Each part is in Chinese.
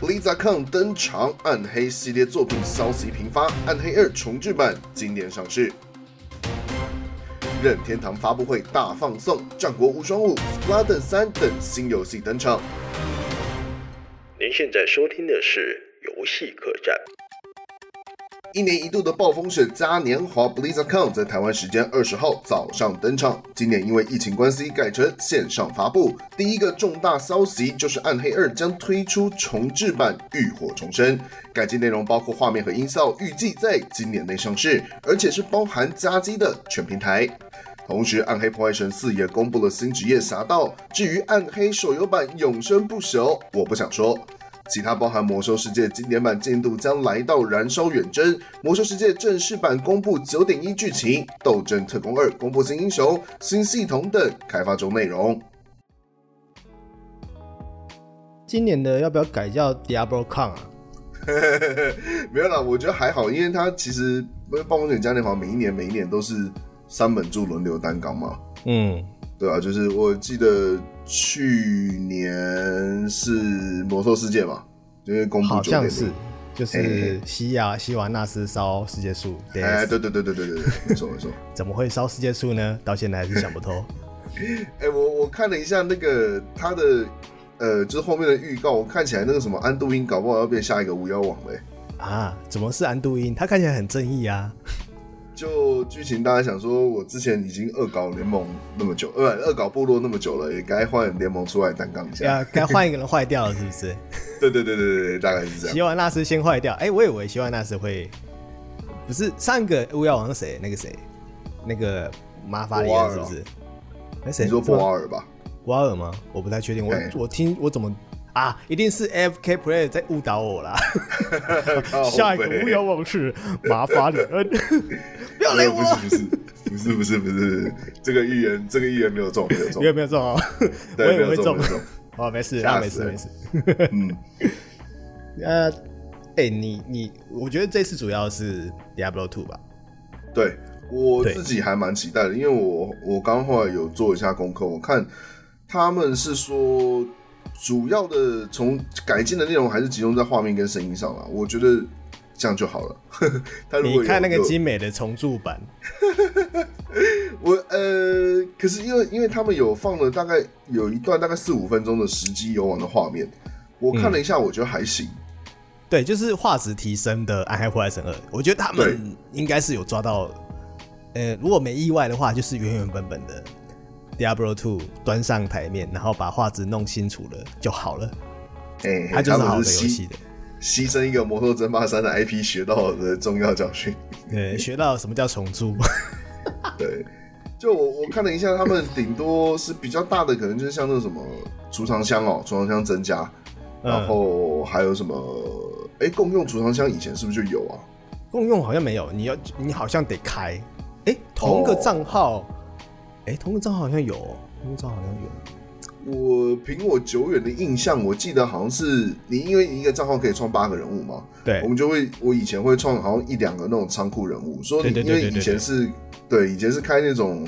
Blizzacon 登场，《暗黑》系列作品消息频发，《暗黑二》重制版今年上市。任天堂发布会大放送，《战国无双五》、《Splatoon 三》等新游戏登场。您现在收听的是《游戏客栈》。一年一度的暴风雪嘉年华 BlizzCon 在台湾时间二十号早上登场，今年因为疫情关系改成线上发布。第一个重大消息就是《暗黑二》将推出重制版《浴火重生》，改进内容包括画面和音效，预计在今年内上市，而且是包含加机的全平台。同时，《暗黑破坏神四》也公布了新职业侠盗。至于《暗黑》手游版《永生不朽》，我不想说。其他包含《魔兽世界》经典版进度将来到《燃烧远征》，《魔兽世界》正式版公布九点一剧情，《斗争特工二》公布新英雄、新系统等开发中内容。 今年的要不要改叫 Diablo Con 啊？没有啦，我觉得还好，因为它其实呃不是暴风雪嘉年华每一年每一年都是三本柱轮流担纲嘛，嗯，对啊，就是我记得去年是《魔兽世界》嘛，就是公布好九点像零是，就是西亚西瓦纳斯烧世界树，对，哎，对对对对对对对，没错没错。怎么会烧世界树呢？到现在还是想 不透。哎、我我看了一下那个他的，呃，就是后面的预告，我看起来那个什么安度英搞不好要变下一个巫妖王欸嘞、啊，怎么是安度因？他看起来很正义啊。就剧情，大家想说，我之前已经恶搞联盟那么久，呃，恶搞部落那么久了，也该换联盟出来担纲一下。要啊该换一个人坏掉了，是不是？对对对对对对，大概是这样。希望纳斯先坏掉。哎、我以为希望纳斯会，不是上一个巫妖王是谁？那个谁，那个马法里博瓦安尔是哦不是？那谁？你说是吗博瓦尔 吧？博瓦尔吗？我不太确定。我哎我听我怎么啊？一定是 F K Play 在误导我啦。靠下一个北巫 妖王是马法里恩，不要雷我。呃不 是不是不是不是不是，这个预言这个预言没有中没有中没，有没有中哦，我对，没以为有会中中没有。中。哦，没事，吓啊，没死事人没事。嗯， 呃，哎、你你，我觉得这次主要是 Diablo Two 吧？对我对自己还蛮期待的，因为我我刚后来有做一下功课，我看他们是说主要的从改进的内容还是集中在画面跟声音上啦，我觉得这样就好了。 他如你果看那个有精美的重铸版，我呃，可是因为因为他们有放了大概有一段大概四五分钟的实机游玩的画面，我看嗯了一下，我觉得还行。对，就是画质提升的《暗黑破坏神二》，我觉得他们应该是有抓到，呃，如果没意外的话，就是原原本本的 Diablo Two 端上台面，然后把画质弄清楚了就好了，哎、它就是他好的们游是牺戏的。牺牲一个《魔兽争霸三》的 IP 学到的重要教训。对，学到什么叫重 铸，对，就我我看了一下，他们顶多是比较大的，可能就是像那种什么储藏箱哦，储藏箱增加，嗯然后还有什么？哎、共用储藏箱以前是不是就有啊？共用好像没有，你要你好像得开，哎、同个账号，哎、同个账号好像有哦，同个账号好像有。我凭我久远的印象，我记得好像是你因为一个账号可以创八个人物嘛，对我，们就会我以前会创好像一两个那种仓库人物，说你对对因对为对对以前是对以前是开那种。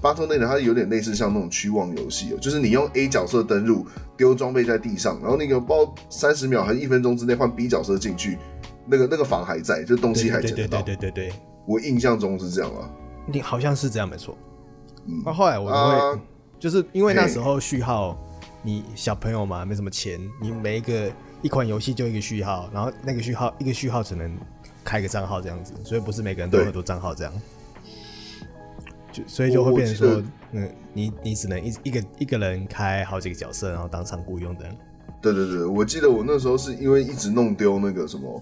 巴特内的它有点类似像那种驱望游戏哦，就是你用 A 角色登入，丢装备在地上，然后那个包三十秒还是一分钟之内换 B 角色进去，那个那个房还在，就东西还对捡得对对到。对对对，我印象中是这样啊，你好像是这样没错。嗯那、后来我就会、啊就是因为那时候序号，你小朋友嘛没什么钱，你每一个一款游戏就一个序号，然后那个序号一个序号只能开个账号这样子，所以不是每个人都对有很多账号这样。就所以就会变成我我说记得，嗯，你你只能一一个一个人开好几个角色，然后当仓库用的。对对对，我记得我那时候是因为一直弄丢那个什么，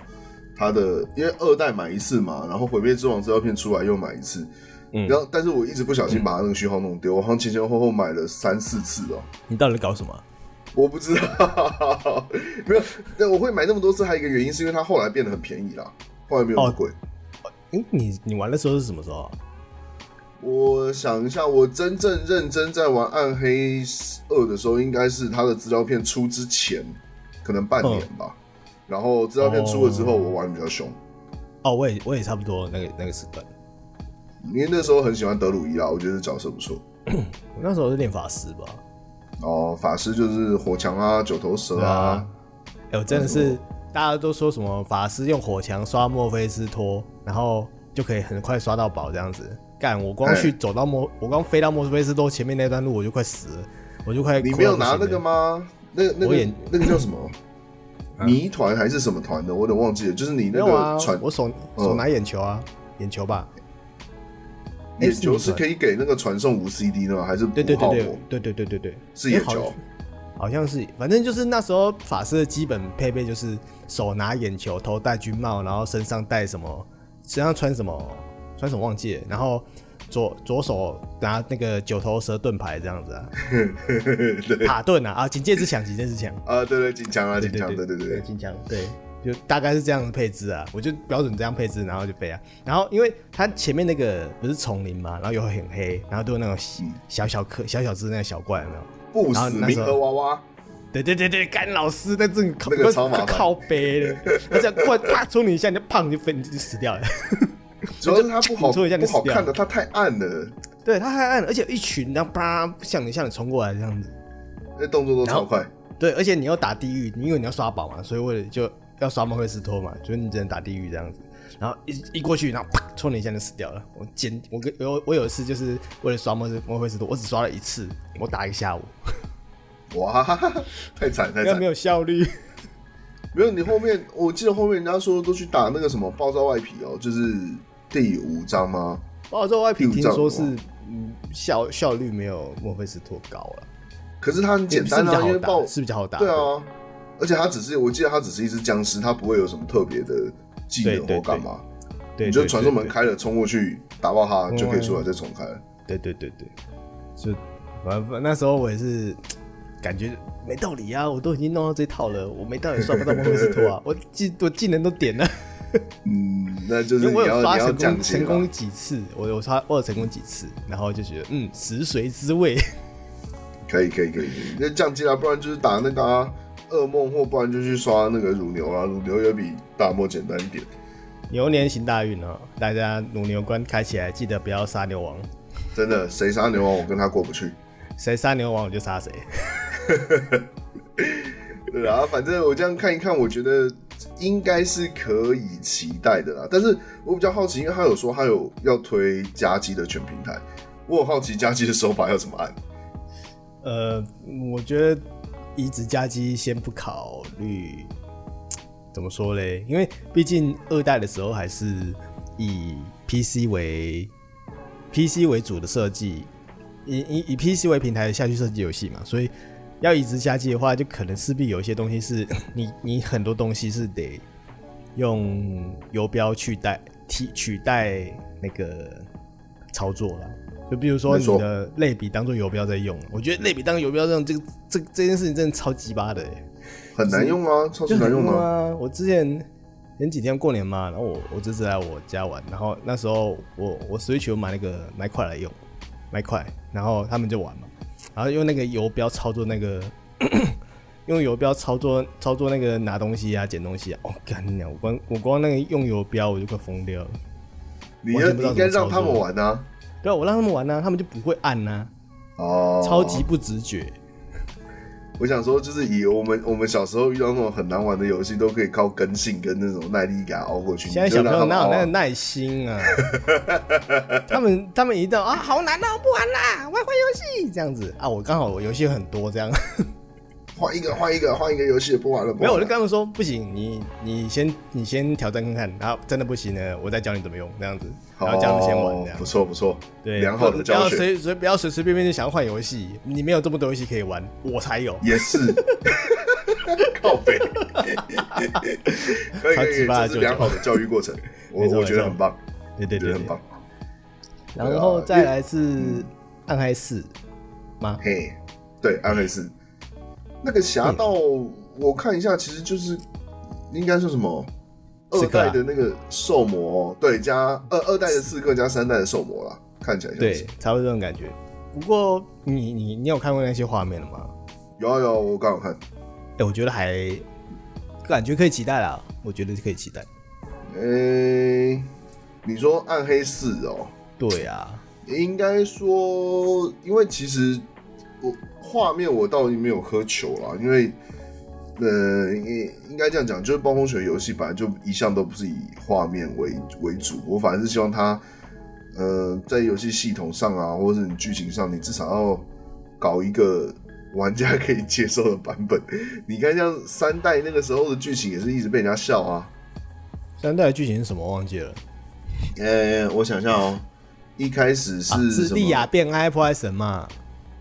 他的因为二代买一次嘛，然后毁灭之王资料片出来又买一次，嗯然后但是我一直不小心把那个序号弄丢，我好像前前后后买了三四次哦，你到底在搞什么？我不知道， 没有，但我会买那么多次，还有一个原因是因为它后来变得很便宜啦，后来没有哦那么贵。诶，你你玩的时候是什么时候？我想一下，我真正认真在玩《暗黑二》的时候，应该是它的资料片出之前，可能半年吧。然后资料片出了之后，嗯哦我玩得比较凶。哦，我也我也差不多那个那个时段，因为那时候很喜欢德鲁伊啊啦，我觉得角色不错。我那时候是练法师吧。哦，法师就是火墙啊、九头蛇对啊啊，哎、我真的是大家都说什么法师用火墙刷墨菲斯托，然后就可以很快刷到宝这样子。干，我光去哎走到墨，我光飞到墨菲斯托前面那段路，我就快死了，我就快。你没有拿那个？吗？那那欸我个也那个叫什么？谜团还是什么团的？我有点忘记了。就是你没那有啊个船，，嗯我手手拿眼球啊，眼球吧。哎眼是球你是传可以给那个传送无 CD 的吗？还是对对不对泡对沫？对对对对对，是眼哎好球好像是，反正就是那时候法师的基本配备就是手拿眼球，头戴军帽，然后身上戴什么，身上穿什么，穿什么忘记了，然后左左手拿那个九头蛇盾牌这样 子啊，对塔盾啊啊，警戒之强，警戒之强，啊，对对，金枪啊，金枪，对对对，金枪，对，就大概是这样的配置啊，我就标准这样配置，然后就飞啊。然后因为它前面那个不是丛林嘛，然后又很黑，然后都有那种小嗯小小颗、小小只那个小怪，有没有？不然死后那时冥候河娃娃，对对对对，干老师在这里靠那个超麻烦靠背的，他这样过来啪戳你一下，你就胖就飞，你就死掉了。 主要是它不好你戳一下不就死掉好了看的，它太暗了，对他还按，而且一群然后啪向你向你冲过来这样子。那动作都超快。对，而且你要打地狱，因为你要刷宝嘛，所以为了就要刷莫菲斯托嘛，所以你只能打地狱这样子。然后一一过去，然后啪戳你一下就死掉了。我捡我跟有我有一次就是为了刷莫菲莫菲斯托，我只刷了一次，我打一个下午，哇，太惨太因为惨没！有效率。没有你后面，我记得后面人家说都去打那个什么爆炸外皮哦，就是第五章吗？ 哇，这外皮第听五仗说哇是嗯效效率没有莫菲斯托高了。可是它很简单是比较啊，因好为打爆是比较好打，对啊，而且它只是我记得它只是一只僵尸，它不会有什么特别的技对能对或干嘛，对，对，你就传送门开了冲过去打爆它就可以出来再重开了。对，对对对对，就反正那时候我也是感觉没道理啊，我都已经弄到这套了，我没道理刷不到莫菲斯托 啊，我技我技能都点了，嗯，那就因是为你我要有你刷要成讲啊功解成了功。几次，我有刷我有成功几次，然后就觉得嗯食髓知味， 可以可以可以，可以那降级啦，不然就是打那个啊噩梦，或不然就去刷那个乳牛啊，乳牛也比大漠简单一点。牛年行大运哦，大家乳牛关开起来，记得不要杀牛王，真的，谁杀牛啊王我跟他过不去。谁杀牛王我就杀谁，对啊，反正我这样看一看，我觉得应该是可以期待的啦。但是我比较好奇，因为他有说他有要推加机的全平台，我很好奇加机的手把要怎么按。呃，我觉得移植加机先不考虑，怎么说嘞？因为毕竟二代的时候还是以 PC 为 PC 为主的设计，以以以 PC 为平台下去设计游戏嘛，所以要移植加机的话，就可能势必有一些东西是 你你很多东西是得用游标去代替取代那个操作了。就比如说没你错的类比当做游标在用，我觉得类比当游标在用这个这这件事情真的超鸡巴的、欸，很难用啊，超级就难很用用的啊、啊！我之前前几天过年嘛，然后我我侄子来我家玩，然后那时候我我 Switch 有买那个麦块来用，麦块，然后他们就玩嘛，然后用那个游标操作那个， 用游标操作操作那个拿东西啊、捡东西啊，哦，干你娘！我光我光那个用游标我就快疯掉了。你完要全不你知道应该怎么让他们操作玩啊。对啊，我让他们玩啊，他们就不会按呐、哦，超级！不直觉。我想说，就是以我们我们小时候遇到那种很难玩的游戏，都可以靠根性跟那种耐力给它熬过去。现在小朋友你就哪让有他们那熬啊个耐心啊？ 他们他们一到啊，好难哦，不玩啦，我要玩游戏这样子啊。我刚好我游戏很 多这样，换一个换一个换一个游戏，不玩了。不玩了没有我就跟他们说不行，你你先你先挑战看看，然后真的不行呢，我再教你怎么用这样子，然后叫他们先玩这哦样不。错不错，对，良好的不要教学。随随不要随随便便就想要换游戏，你没有这么多游戏可以玩，我才有。也 是，靠 背，可以超可级以，八这是的舅舅良好的教育过 程，我没错我觉得没错很棒，对对觉对得很对棒，啊然后再来是暗黑四吗？嘿，对，安徽是那个侠嗯盗，我看一下，其实就是应该说什么。二刺客啊代的那个兽魔，哦对，加二二代的刺客加三代的兽魔啦，看起来像对是。，差不多这种感觉。不过你你你有看过那些画面了吗？有啊有啊，我刚好看，哎、我觉得还感觉可以期待啦，我觉得可以期待。诶、你说暗黑四哦、对啊，应该说，因为其实我画面我倒没有苛求啦，因为呃，应应该这样讲，就是暴风雪游戏本来就一向都不是以画面为为主，我反而是希望它，呃，在游戏系统上啊，或者是你剧情上，你至少要搞一个玩家可以接受的版本。你看，像三代那个时候的剧情也是一直被人家笑啊。三代的剧情是什么？忘记了。呃，我想想哦，一开始啊是是什莉么？亚变 i p o 神嘛？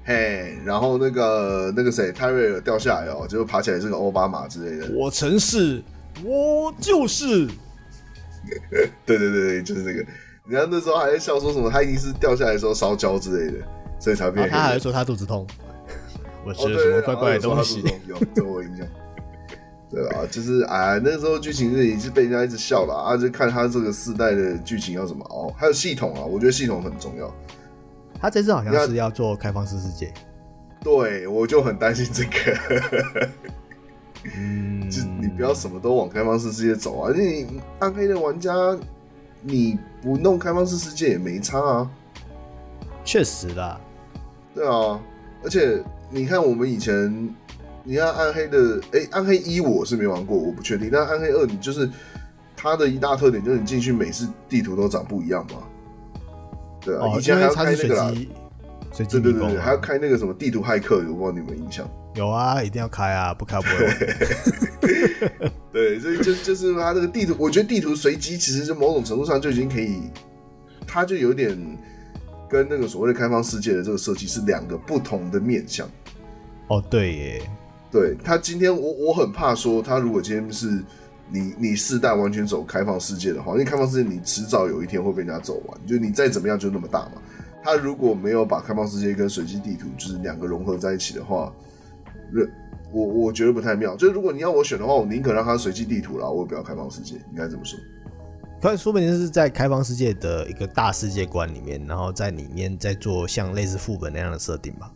嘿，然后那个那个谁，泰瑞尔掉下来哦，结果爬起来是个奥巴马之类的。我曾是，我就是。对对对对，就是这个。人家那时候还在笑说什么，他一定是掉下来的时候烧焦之类的，所以才变黑然后的。啊他还说他肚子痛， 我哦，吃对了什么哦对，怪怪的东西？有这我印象。对啊，就是哎，那时候剧情是已经被人家一直笑了啊，就看他这个世代的剧情要怎么熬，还有系统啊，我觉得系统很重要。他这次好你要像是要做开放式世界，对，我就很担心这个，嗯，就你不要什么都往开放式世界走啊，因为你暗黑的玩家，你不弄开放式世界也没差啊。嗯确实啦，对啊，而且你看我们以前，你看暗黑的，哎、暗黑一我是没玩过，我不确定。但暗黑二你就是它的一大特点就是你进去每次地图都长不一样嘛。对啊，哦，以前因还为要他开那是随个啦，机随机对对迷对宫对，啊还要开那个什么地图骇客，我不知道你有没有印象。有啊，一定要开啊，不开不会玩。 对，所以就就是它这个地图，我觉得地图随机其实就某种程度上就已经可以，它就有点跟那个所谓的开放世界的这个设计是两个不同的面向。哦，对耶，对他今天我我很怕说，他如果今天是你你世代完全走开放世界的话，因为开放世界你迟早有一天会被人家走完，就你再怎么样就那么大嘛。他如果没有把开放世界跟随机地图就是两个融合在一起的话，那我我觉得不太妙。就是如果你要我选的话，我宁可让它随机地图啦，我也不要开放世界，应该这么说。可说不定是在开放世界的一个大世界观里面，然后在里面再做像类似副本那样的设定吧。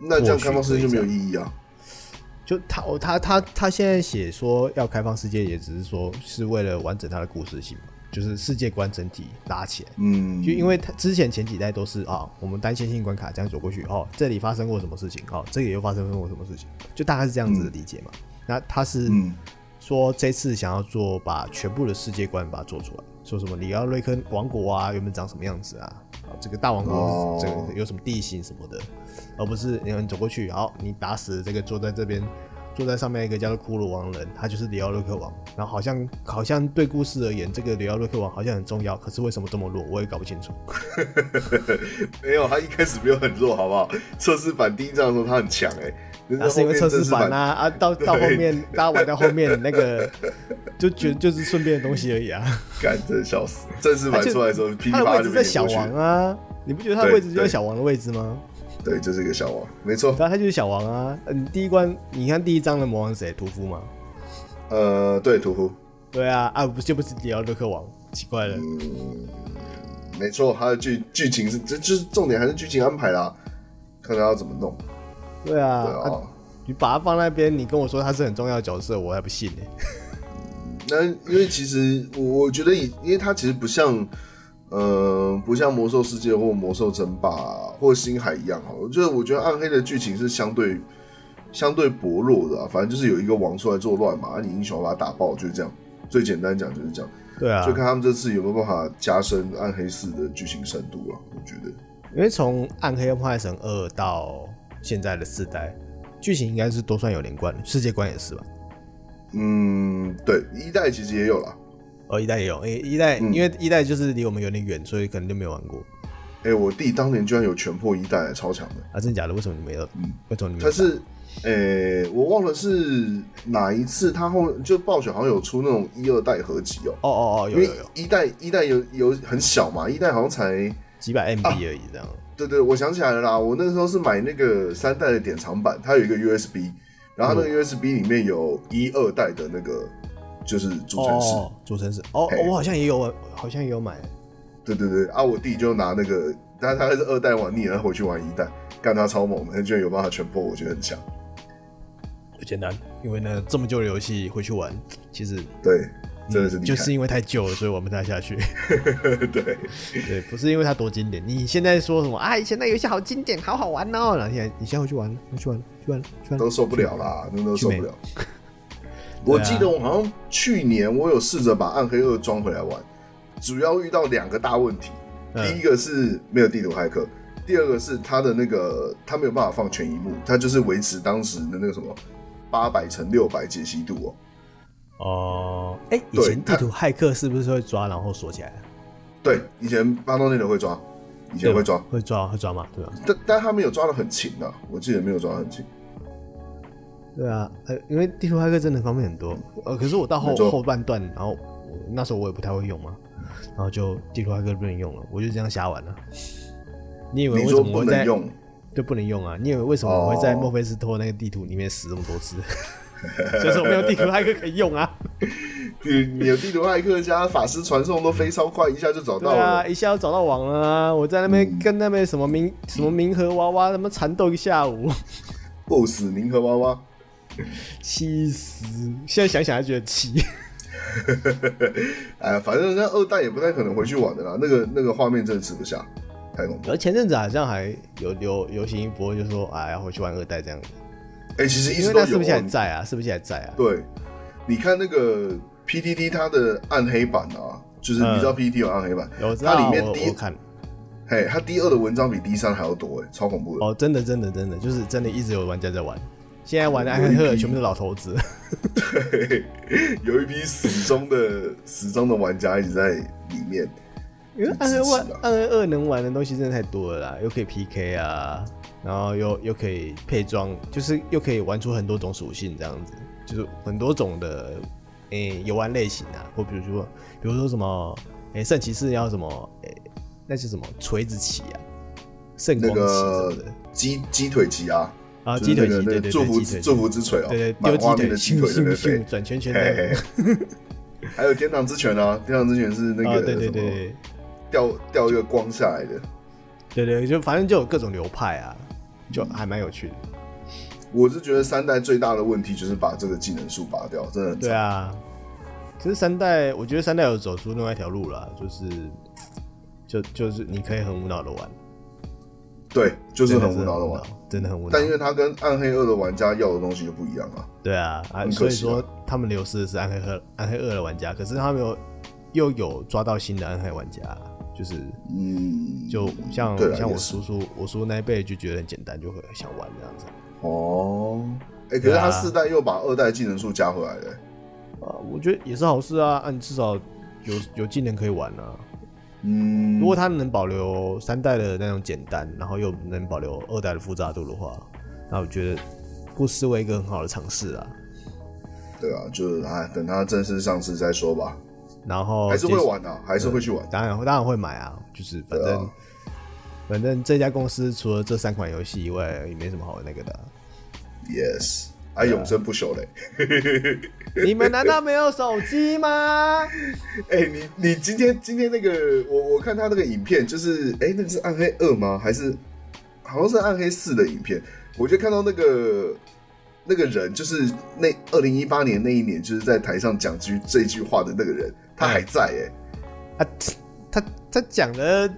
那这样或许开放世界就可以没这有样意义啊。就他哦，他他他现在写说要开放世界，也只是说是为了完整他的故事性嘛，就是世界观整体拉起来。嗯，就因为他之前前几代都是啊，我们单线性关卡这样走过去，哦，这里发生过什么事情，哦，这里又发生过什么事情，就大概是这样子的理解嘛。那他是嗯 说这次想要做把全部的世界观把它做出来，说什么里奥瑞坑王国啊，原本长什么样子啊，啊这个大王哦国是这个有什么地形什么的，而不是你走过去，好，你打死这个坐在这边。坐在上面一个叫做骷髅王人，他就是里奥瑞克王。然后好像好像对故事而言，这个里奥瑞克王好像很重要，可是为什么这么弱，我也搞不清楚。没有，他一开始没有很弱，好不好？测试版第一章的时候他很强哎、欸，那是因为测试版啊。啊啊，到到 后面大家玩到后面那个，就觉就是顺便的东西而已啊。干，真的笑死！正式版他就出来的时候，噼里啪他的啦位就置被在碾小过去王啊，你不觉得他的对位置就对是小王的位置吗？对，就是一个小王，没错。对啊，他就是小王啊。嗯，第一关你看第一章的魔王是谁？屠夫嘛。呃，对，屠夫，对啊，啊不就不是迪奥勒克王，奇怪了。嗯没错，他的剧剧情是，这就是重点还是剧情安排啦，看他要怎么弄。对啊，对啊，啊你把他放那边，你跟我说他是很重要的角色，我还不信呢、那因为其实我我觉得以，因为它其实不像，呃，不像魔兽世界或魔兽争霸啊或星海一样哈。我觉得，我觉得暗黑的剧情是相对相对薄弱的、啊，反正就是有一个王出来作乱嘛，啊、你英雄把他打爆，就是这样。最简单讲就是这样。对啊就，看他们这次有没有办法加深《暗黑四》的剧情深度了。我觉得，因为从《暗黑破坏神二》到现在的四代，剧情应该是都算有连贯的，世界观也是吧？嗯，对，一代其实也有啦。哦，一代也有，因为一代、嗯因为一代就是离我们有点远，所以可能就没有玩过哎、我弟当年居然有全破一代，超强的。啊。真假的？为什么你没有？为什么你没他有打？嗯是，呃、我忘了是哪一次，他后就暴雪好像有出那种一二代合集哦、哦哦哦，因有为有有，一代一代有有很小嘛，一代好像才。几百 MB 而已这样。对对，我想起来了啦，我那时候是买那个三代的典藏版，它有一个 USB，然后它那嗯个 USB 里面有一二代的那个就是主城市，哦，主城市哦嘿，我好像也有玩，好像也有买。对对对，啊，我弟就拿那个，但他是二代玩腻了，他回去玩一代，干他超猛的，他居然有办法全破，我觉得很强。不简单，因为呢，这么旧的游戏回去玩，其实嗯对，真的是厉害。就是因为太旧了，所以我们才下 去。 对，对，不是因为它多经典。你现在说什么啊？以前那游戏好经典，好好玩哦。然后现在你现在回去玩了，回去玩了，去玩了，去玩了都。受不了 啦，真的都受去不美了。我记得我好像去年我有试着把《暗黑二》装回来玩，主要遇到两个大问题，嗯第一个是没有地图骇客，第二个是它的那个它没有办法放全荧幕，它就是维持当时的那个什么八百乘六百解析度哦。哦，哎、以对前地图骇客是不是会抓然后锁起来啊？对，以前巴东那头会抓，以对前吧会抓，会抓，会抓嘛，对吧？但但他没有抓的很勤啊，我记得没有抓的很勤。对啊，呃，因为地图骇客真的方面很多，呃，可是我到后没错后半段，然后我那时候我也不太会用嘛，然后就地图骇客不能用了，我就这样瞎玩了。你以你为啊为说什么不我在能用，就不能用啊？你以为为什么我会在哦墨菲斯托那个地图里面死这么 多次？就是我没有地图骇客可以用啊。你你有地图骇客加法师传送都飞超快，一下就找到对了啊，。一下就找到网了啊！我在那边嗯跟那边什么冥、什么冥河娃娃他妈缠斗一下午， BOSS 冥河娃娃，气死！现在想想还觉得气。哎，反正那二代也不太可能回去玩的啦，那个那个画面真的吃不下，太恐怖。而前阵子好像还有流流行一波，就说啊要回去玩二代这样子，哎、其实一因直为都那是有不是还哦。在啊？是不是还在啊？对，你看那个 PTT 它的暗黑版啊，就是嗯你知道 PTT 有暗黑版，有我知它道里啊，面我第我看嘿，它第二的文章比第三还要多，哎，超恐怖的。哦，真的真的真的，就是真的一直有玩家在玩。现在玩的暗黑赫尔全部是老头子，对，有一批死忠的死忠的玩家一直在里面。因为暗黑很玩支持啊暗黑二能玩的东西真的太多了啦，又可以 PK 啊，然后又又可以配装，就是又可以玩出很多种属性这样子，就是很多种的诶、游玩类型啊，或比如说比如说什么诶、圣骑士要什么诶、那是什么锤子骑啊，圣那光骑什么个的、鸡鸡腿骑啊，啊，就鸡是腿那个那骑对对个对，祝福鸡腿祝福之锤哦，对对丢满鸡画腿面的鸡咻腿在 咻那咻飞，转圈圈嘿嘿的，嘿，还有天堂之泉啊，天堂之泉是那啊个对对对什么对掉掉一个光下来的。对对，就反正就有各种流派啊，就还蛮有趣的。我是觉得三代最大的问题就是把这个技能树拔掉，真的很对惨啊，其实三代，我觉得三代有走出另外一条路了，就是就就是你可以很无脑的玩，对，就是真的很无脑的玩。，真的很无脑但。因为它跟暗黑二的玩家要的东西就不一样啊。对啊，啊，很所可惜啊以说他们流失的是暗黑二暗黑二的玩家，可是他们有又有抓到新的暗黑玩家，就是嗯，就像、对啦像也我是叔叔我叔那一辈就觉得很简单，就会想玩这样子。哦，哎、可对是啊他四代又把二代技能树加回来了、欸啊，我觉得也是好事啊，啊，你至少有有技能可以玩啊。嗯，如果它能保留三代的那种简单，然后又能保留二代的复杂度的话，那我觉得不失为一个很好的尝试啊。对啊，就是哎，等它正式上市再说吧。然后还是会哦接，嗯玩啊，还是会去玩。当然当然会买啊，就是反对正、啊反正这家公司除了这三款游戏以外，也没什么好那 个的啊、 yes，啊，永生不朽嘞。你们难道没有手机吗？哎、你你今天今天那个，我我看他那个影片，就是哎、那个是暗黑二吗？还是好像是暗黑四的影片？我就看到那个那个人，就是那二零一八年那一年，就是在台上讲句这句话的那个人，他还在哎、啊，他他讲的，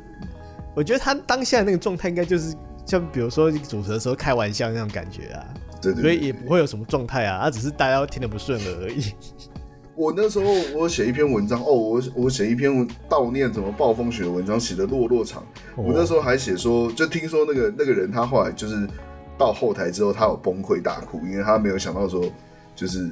我觉得他当下那个状态应该就是像比如说主持的时候开玩笑那种感觉啊，对对所对以也不会有什么状态啊，他只是大家听得不顺耳而已。我那时候我写一篇文章哦，我我写一篇文悼念什么暴风雪的文章，写的落落长。我那时候还写说，就听说那个那个人他后来就是到后台之后，他有崩溃大哭，因为他没有想到说，就是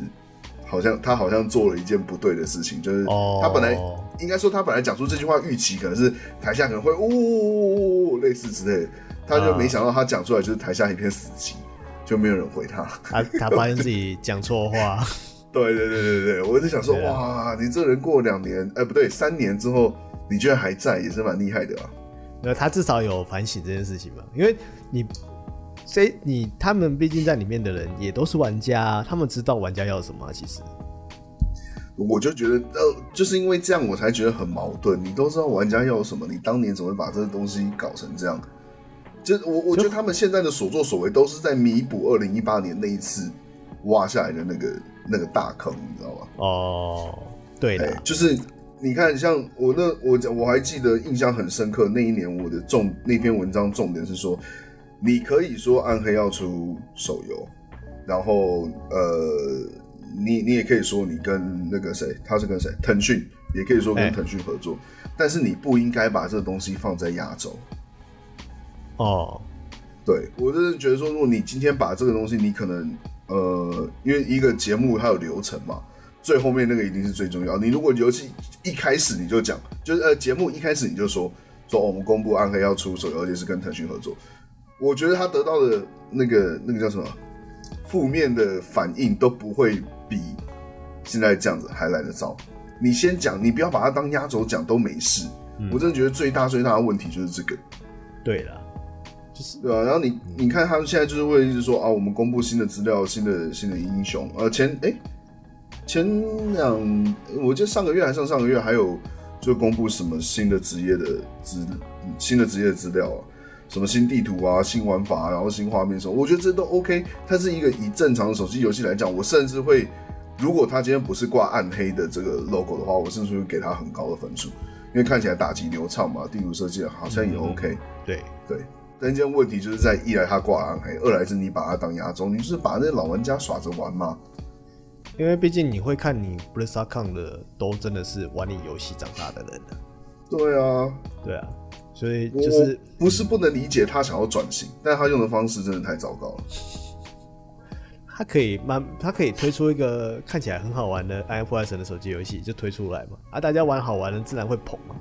好像他好像做了一件不对的事情，就是哦他本来、应该说他本来讲出这句话预期可能是台下可能会呜呜呜呜类似之类的，他就没想到他讲出来就是台下一片死寂，就没有人回他。他他发现自己讲错话， 对对对对对，我就想说，对哇，你这人过两年，哎、不对，三年之后，你居然还在，也是蛮厉害的啊。那他至少有反省这件事情嘛，因为你。所以你他们毕竟在里面的人也都是玩家啊、他们知道玩家要什么啊、其实我就觉得，呃，就是因为这样，我才觉得很矛盾。你都知道玩家要什么，你当年怎么会把这个东西搞成这样？就我，我觉得他们现在的所作所为，都是在弥补二零一八年那一次挖下来的那个那个大坑，你知道吗？哦，对的哎，，就是你看，像我那我我还记得印象很深刻，那一年我的重那篇文章重点是说，你可以说暗黑要出手游，然后呃，你你也可以说你跟那个谁，他是跟谁，腾讯也可以说哎跟腾讯合作，但是你不应该把这个东西放在亚洲。哦，对我真的觉得说，如果你今天把这个东西，你可能呃，因为一个节目它有流程嘛，最后面那个一定是最重要。你如果尤其一开始你就讲，就是呃节目一开始你就说说、哦我们公布暗黑要出手游，而且是跟腾讯合作，我觉得他得到的那个那个叫什么负面的反应都不会比现在这样子还来得糟。你先讲，你不要把它当压轴讲都没事。我真的觉得最大最大的问题就是这个。对了，对啊，然后你你看他们现在就是会一直说啊，我们公布新的资料、新的新的英雄，呃，前哎、前两，我记得上个月还上上个月还有就公布什么新的职业的资嗯新的职业资料啊，什么新地图啊、新玩法啊、然后新画面什么，我觉得这都 OK。它是一个以正常的手机游戏来讲，我甚至会，如果它今天不是挂暗黑的这个 logo 的话，我甚至会给它很高的分数，因为看起来打击流畅嘛，地图设计好像也 OK。对，对，但现在问题就是在一来他挂暗黑，二来是你把他当压轴，你就是把那老玩家耍着玩嘛。因为毕竟你会看你 BlizzCon 的，都真的是玩你游戏长大的人啊对啊，对啊，所以我就是不是不能理解他想要转型，但他用的方式真的太糟糕了。他可以慢，他可以推出一个看起来很好玩的 iOS 的手机游戏，就推出来嘛，啊，大家玩好玩的自然会捧嘛，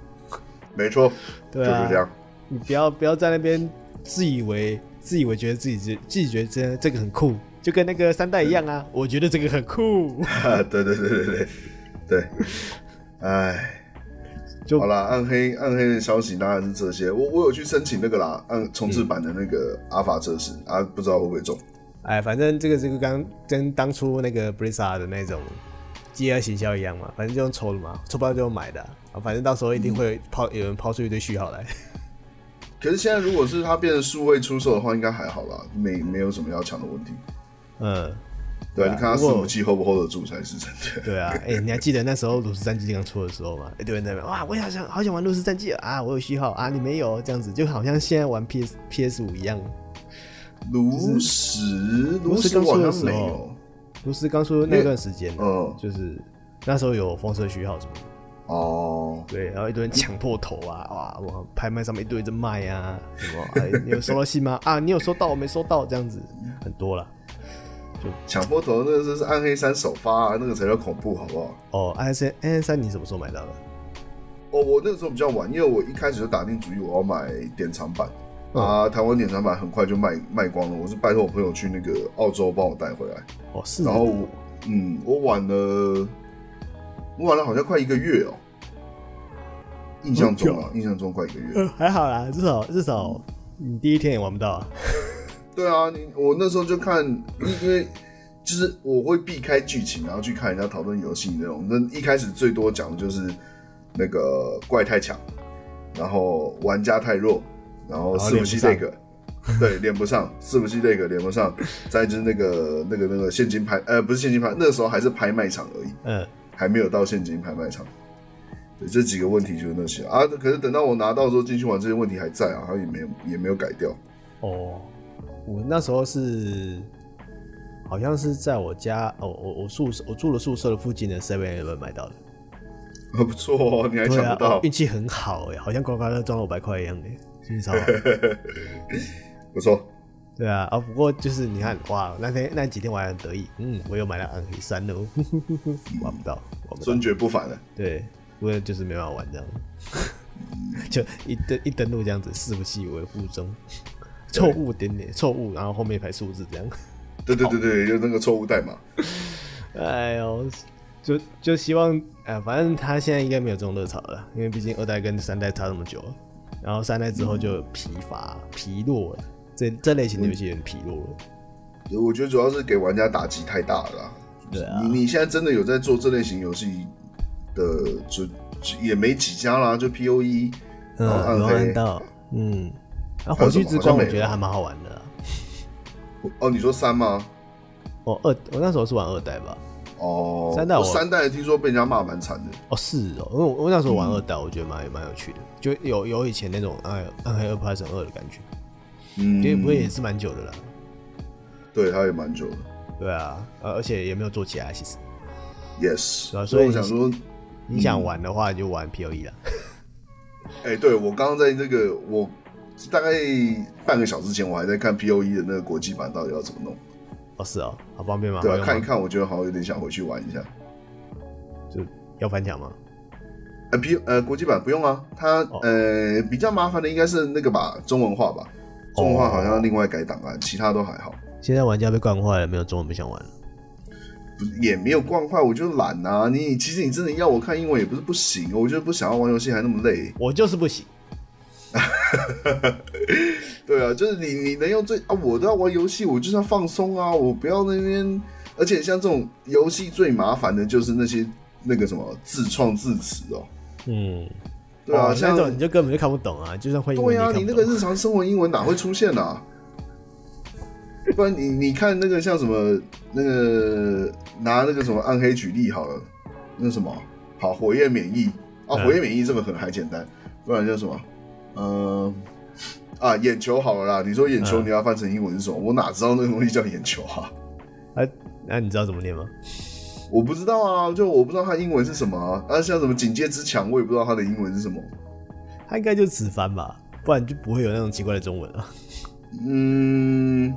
没错，对就啊，是这样。你不要不要在那边自以为自以为觉得自己自自己觉得这这个很酷，就跟那个三代一样啊，我觉得这个很酷， 对对对对对对，哎。就好啦，暗黑暗黑的消息当然是这些。我我有去申请那个啦，暗重置版的那个阿法测嗯试啊，不知道会不会中。 哎，反正这个这个刚跟当初那个 Brisa 的那种饥饿行销一样嘛，反正就用抽的嘛，抽不到就用买的啊、啊，反正到时候一定会抛、有人抛出一堆序号来，可是现在如果是它变成数位出售的话，应该还好啦，没没有什么要抢的问题。嗯。对，对啊你看他如四果五七 hold 不 hold 得住才是真的。对啊，哎、你还记得那时候《炉石战记》刚出的时候吗？一堆人在那边哇，我也好想好想玩《炉石战记》啊，我有序号啊，你没有这样子，就好像现在玩 PS PS 五一样。炉石，炉石石刚我好出的像时没候有。，炉石刚出的那段时间，啊嗯就是那时候有风车序号什么的，哦，对，然后一堆人抢破头啊，哇，我拍卖上面一堆人在卖啊，什么，哎、你有收到信吗？ 啊，你有收到，我没收到，这样子很多了。抢破头那个是暗黑三首发、啊，那个才叫恐怖，好不好？哦，N 三 N 三你什么时候买到的？哦，我那个时候比较晚，因为我一开始就打定主意我要买典藏版、嗯啊，台湾典藏版很快就卖卖光了，我是拜托我朋友去那个澳洲帮我带回来，哦，是然后我嗯，我晚了，我晚了好像快一个月哦，印象中啊，印象中快一个月。呃 还好啦，至少至少你第一天也玩不到啊。对啊，你我那时候就看，因因为就是我会避开剧情，然后去看人家讨论游戏那种。那一开始最多讲的就是那个怪太强，然后玩家太弱，然后然后四五七连那不个。对，连不上， 四五七那个连不上，再就是那个那个那个现金拍，呃，不是现金拍，那时候还是拍卖场而已，嗯，还没有到现金拍卖场。对，这几个问题就是那些啊。可是等到我拿到之后进去玩，这些问题还在啊，它也没有也没有改掉。 哦，我那时候是好像是在我家，哦，我我宿舍我住的宿舍的附近的 Seven Eleven 买到的。很不错哦，你还对抢啊不，到，哦运、气很好哎，好像刮刮乐中了五百块一样哎，运气超好。不错。对啊，啊、不过就是你看，哇，那天那几天我还很得意，嗯，我又买了暗黑三了， 玩不到，玩不到。尊爵不凡了。对，不过就是没办法玩这样， 就一登一登录这样子，四不七为负中，错误点点错误，然后后面一排数字这样。对对对对，就那个错误代码。哎呦，就就希望哎、反正他现在应该没有这种热潮了，因为毕竟二代跟三代差那么久了，然后三代之后就疲乏、疲弱了，这这类型的游戏也很疲弱了。我觉得主要是给玩家打击太大了啦。对啊你你现在真的有在做这类型游戏的，就就也没几家啦，就 P O E，嗯，然后暗有黑看。到，嗯，那、啊、还有火什么炬之光好像没我有觉得还蛮好玩的、啊。哦，你说三吗？我二，我那时候是玩二代吧，哦，三代我我三代听说被人家骂蛮惨的，哦，是哦，因为我我那时候玩二代，我觉得蛮蛮有趣的，就有有以前那种暗黑暗黑二派神二的感觉，嗯，因为不过也是蛮久的啦，对，他也蛮久的对啊，呃，而且也没有做起来，其实，yes，、对啊所以我所以想说，你想玩的话就玩 P O E 啦，哎、对我刚刚在这个我大概半个小时前，我还在看 P O E 的那个国际版到底要怎么弄，哦是哦，好方便吗？对啊，好用看一吗看，我觉得好像有点想回去玩一下。就要翻墙吗？呃，P 呃国际版不用啊，它、哦呃比较麻烦的应该是那个吧，中文化吧，哦中文化好像要另外改档案，其他都还好，现在玩家被惯坏了，没有中文不想玩了。不是也没有惯坏，我就懒啊。你其实你真的要我看英文也不是不行，啊我就是不想要玩游戏还那么累。我就是不行，对啊，就是你你能用最啊，我都要玩游戏，我就是要放松啊，我不要那边。而且像这种游戏最麻烦的就是那些那个什么自创自词哦，嗯，对啊，哦那像种你就根本就看不懂啊，就算会英对文也啊，看你不那个懂。日常生活英文哪会出现 啊？不然你你看那个像什么那个拿那个什么暗黑举例好了，那什么好火焰免疫啊，嗯火焰免疫这个可能还简单，不然叫什么？嗯、啊，眼球好了啦。你说眼球嗯你要翻成英文是什么？我哪知道那个东西叫眼球啊？那啊，那你知道怎么念吗？我不知道啊，就我不知道它英文是什么啊。啊，像什么警戒之墙，我也不知道它的英文是什么。它应该就是直翻吧，不然就不会有那种奇怪的中文啊。嗯，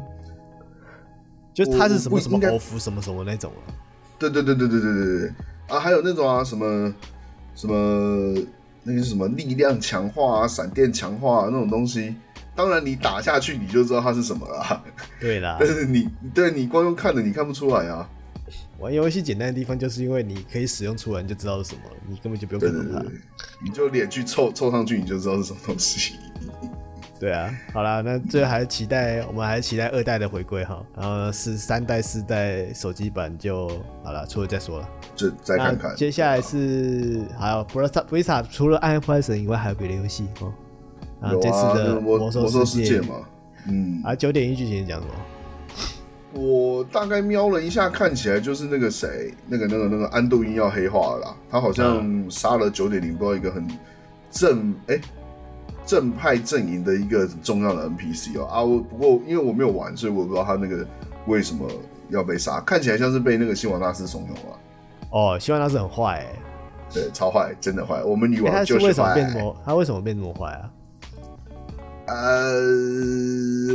就它是什我我不么什么应该欧服什么什么那种啊。对对对对对对对对对啊！还有那种啊，什么什么那个是什么力量强化啊、闪电强化啊那种东西，当然你打下去你就知道它是什么了啊、对啦但，是你对你光用看的你看不出来啊。玩游戏简单的地方就是因为你可以使用出来，你就知道是什么了，你根本就不用对看对懂对，它对。你就脸去凑凑上去，你就知道是什么东西。对啊，好啦，那最后还是期待，我们还是期待二代的回归哈。然后是三代、四代手机版就好了，出了再说了。就再看看那，接下来是还有 b r i s a 除了《暗黑破坏神》以外，还有别的游戏哦。啊，有这次啊，的那魔兽兽世世界嘛。嗯，啊，九点一剧情讲什么？我大概瞄了一下，看起来就是那个谁，那个那个那个安度因要黑化了啦。他好像杀了九点零，不知道一个很正哎、正派阵营的一个很重要的 NPC 哦、啊。我不过因为我没有玩，所以我不知道他那个为什么要被杀。看起来像是被那个新王大师怂恿了、哦，希望他是很坏、欸，对，超坏，真的坏。我们女欸王他是啊就是为什么坏。变这么？他为什么变这么坏啊？呃，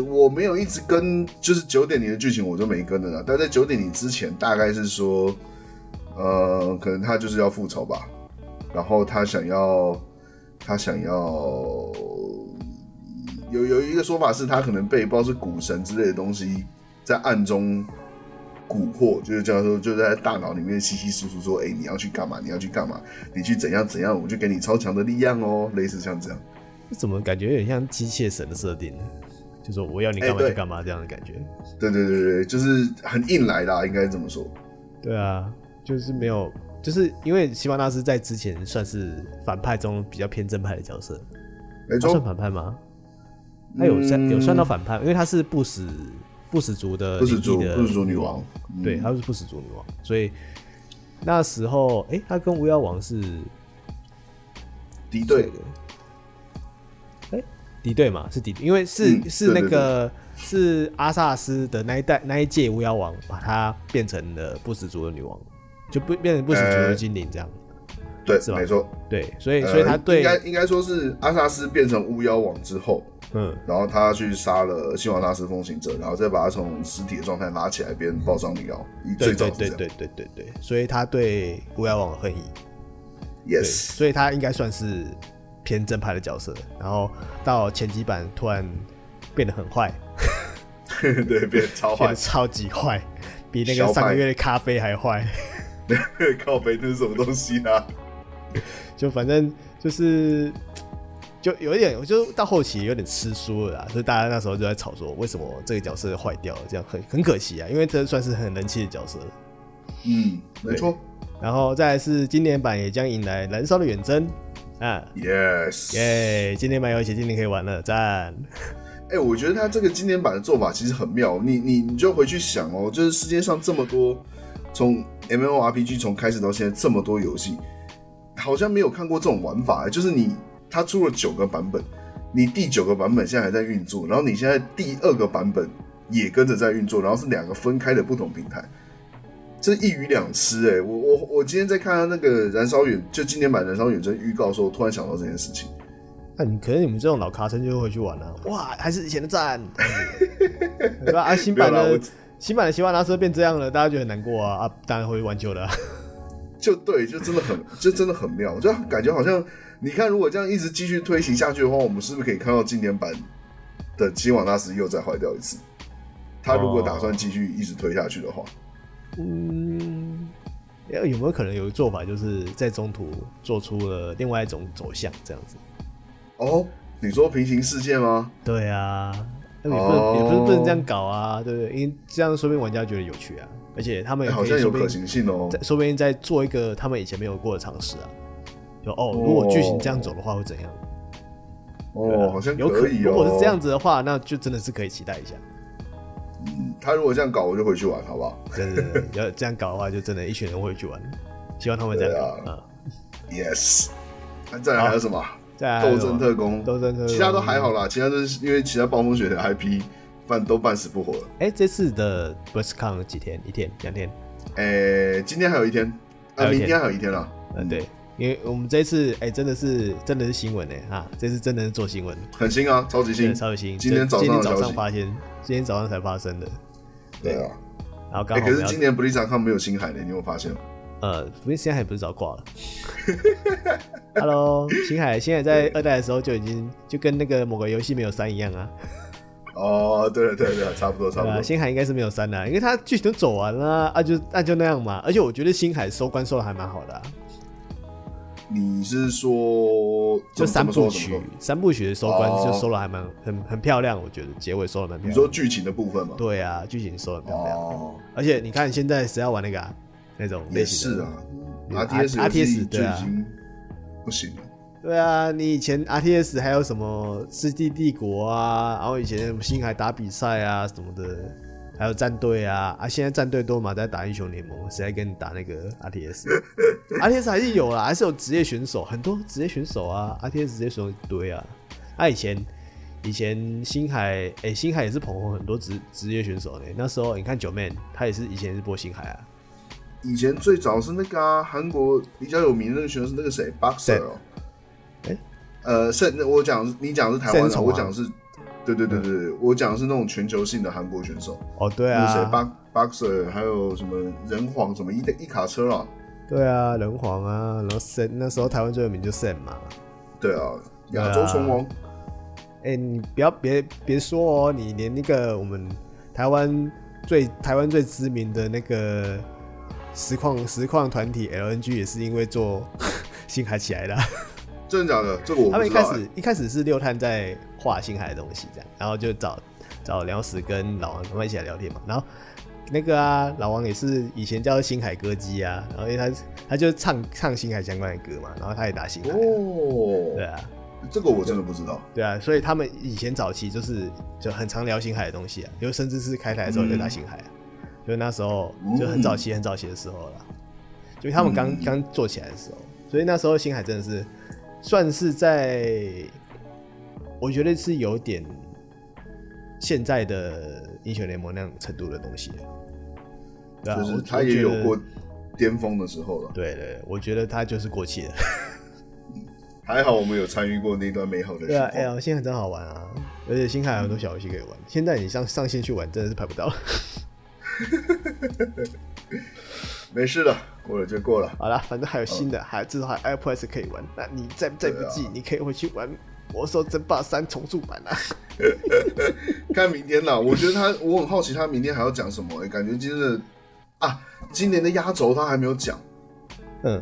我没有一直跟，就是九点零的剧情我就没跟了啦。但在九点零之前，大概是说，呃，可能他就是要复仇吧，然后他想要，他想要，有有一个说法是他可能被不知道是股神之类的东西在暗中蛊惑，就是这样说，就在大脑里面稀稀疏疏说，哎、你要去干嘛？你要去干嘛？你去怎样怎样，我就给你超强的力量哦，类似像这样。这怎么感觉有点像机械神的设定呢？就说我要你干嘛欸对就干嘛这样的感觉。对对对对，就是很硬来啦，应该这么说。对啊，就是没有，就是因为希望大师在之前算是反派中比较偏正派的角色，没他算错，反派吗？他有算、有算到反派，因为他是不死不死族嗯的不死领地族，的不死族女王，嗯对，她是不死族女王，所以那时候，哎、她跟巫妖王是敌对，哎敌对嘛，是敌对，因为是、嗯是那对对个是阿萨斯的那一代那一届巫妖王把她变成了不死族的女王，就不变成不死族的呃精灵这样，对是，吧没错。对，所以呃所以他对应，该应该说是阿萨斯变成巫妖王之后，嗯，然后他去杀了西王纳斯风行者，然后再把他从尸体的状态拉起来，变抱上女妖。一对最早对是这对样对对对对，所以他对巫妖王有恨意， y e 对， s 所以他应该算是偏正派的角色，然后到前几版突然变得很坏， 对，变超变坏得，超级坏，比那小个派上个月的咖啡还坏。 靠背那是什么东西啊？就反正就是就有一点，我就到后期有点吃书了啦，所以大家那时候就在吵说，为什么这个角色坏掉了，这样很很可惜啊，因为这算是很人气的角色。嗯，没错然后再来是经典版也将迎来《燃烧的远征》啊， ，yes，耶！经典版有写精灵可以玩了，赞！哎、我觉得他这个经典版的做法其实很妙。你你你就回去想哦，就是世界上这么多从 M O R P G 从开始到现在这么多游戏，好像没有看过这种玩法、欸就是你它出了九个版本，你第九个版本现在还在运作，然后你现在第二个版本也跟着在运作，然后是两个分开的不同平台。这一鱼两吃哎、我我我今天在看他那个《燃烧远》，就今年版《燃烧远征》预告的时候，我突然想到这件事情。那啊你可能你们这种老咖生就会回去玩了、啊哇，还是以前的 赞，对吧？啊，新版没有啦的我新版的西瓜纳斯变这样了，大家觉得很难过啊啊，当然会玩旧的、啊。就对，就真的很，就真的很妙，就感觉好像，你看，如果这样一直继续推行下去的话，我们是不是可以看到今年版的基瓦纳斯又再坏掉一次？他如果打算继续一直推下去的话，嗯，要有没有可能有个做法，就是在中途做出了另外一种走向，这样子？哦，你说平行世界吗？对啊，那你不能、哦也不是不能这样搞啊，对不对？因为这样说不定玩家觉得有趣啊，而且他们哎也好可以像有说不可定行性哦在，。说不定在做一个他们以前没有过的尝试啊。就哦，如果剧情这样走的话会怎样？对哦，啊好像有可以哦。如果是这样，子的话，那就真的是可以期待一下。他如果这样搞，我就回去玩，好不好真的要这样搞的话，就真的一群人会去玩。希望他们这样搞啊。 ？Yes。那再来还有什么？再来斗争特工，哎斗争特工其他都还好啦，其他都是因为其他暴风雪的 IP 办都办死不活了。哎、这次的 BlizzCon 几天？一天、两天？诶、今天还有一天，还呃，有一明天天还有一天啦，嗯，对，因为我们这次哎、真的是真的是新闻哎、啊，这次真的是做新闻，很新啊，超级真新的，超有新。今天就早今上的天早消上息，发现，今天早上才发生的。对啊。然后刚哎、好、可是今年 b l i z z a r 没有新海的，你有没有发现？呃，不是星海不是早挂了。Hello，星海，星海在二代的时候就已经就跟那个某个游戏没有删一样啊，哦，对了对了对了，差不多差对不啊，多。星海应该是没有删的啊、因为它剧情都走完了啊，啊就那、就那样嘛。而且我觉得星海收官收的还蛮好的、啊，你是说怎就么怎三么说部怎么曲说？，三部曲的收官哦就收了还蛮很很漂亮，我觉得结尾收的蛮漂你亮。说剧情的部分吗？对啊，剧情收的漂亮，哦，而且你看现在谁要玩那个啊？那种类也型是的啊啊，RTS 游 RTS 戏就对已啊经不行了。对啊，你以前 R T S 还有什么《世纪帝国》啊，然后以前星海打比赛啊什么的，还有战队啊，啊，现在战队都嘛在打英雄联盟，谁还跟你打那个 R T S？R T S 还是有啦，还是有职业选手，很多职业选手啊，R T S 职业选手一堆啊。啊，以前以前星海，诶，星海也是捧红很多职职业选手呢。那时候你看九妹，他也是以前也是播星海啊，以前最早是那个啊，韩国比较有名的那个选手是那个谁，Boxer 哦。诶呃，是那我讲你讲的是台湾盛的，崇啊我讲的是，对对对对对，我讲的是那种全球性的韩国选手，哦，嗯对那个谁啊， ，Box Boxer，还有什么人皇什么一一卡车啊，对啊，人皇啊，然后 Sam 那时候台湾最有名就 Sam 嘛。对啊，亚洲虫王，哎、你不要别别说哦，你连那个我们台湾最台湾最知名的那个实况实况团体 LNG 也是因为做 星海起来的啊、真的假的？这个我他不们一知开道、欸。始一开始是六探在画星海的东西这样，然后就找找梁史跟老王他们一起来聊天嘛，然后。那个啊，老王也是以前叫星海歌姬啊，然后因为他他就唱唱星海相关的歌嘛，然后他也打星海啊、对哦，啊，这个我真的不知道。对啊，所以他们以前早期就是就很常聊星海的东西啊，就甚至是开台的时候也在打星海啊，嗯就那时候就很早期很早期的时候啦，就他们刚嗯刚做起来的时候，所以那时候星海真的是算是在，我觉得是有点现在的英雄联盟那样程度的东西了，对啊，就是我他也有，我过觉得巅峰的时候了，对对，我觉得他就是过气了。还好我们有参与过那段美好的时对啊，哎光。呀，星海真好玩啊，而且星海有很多小游戏可以玩。现在你上上线去玩，真的是排不到。没事的，过了就过了。好啦，反正还有新的，还至少还有 iOS 可以玩。那你再再不济，你可以回去玩《魔兽争霸三》重塑版啊。看明天啦，我觉得他，我很好奇他明天还要讲什么、欸感觉今天的啊，今年的压轴他还没有讲。嗯，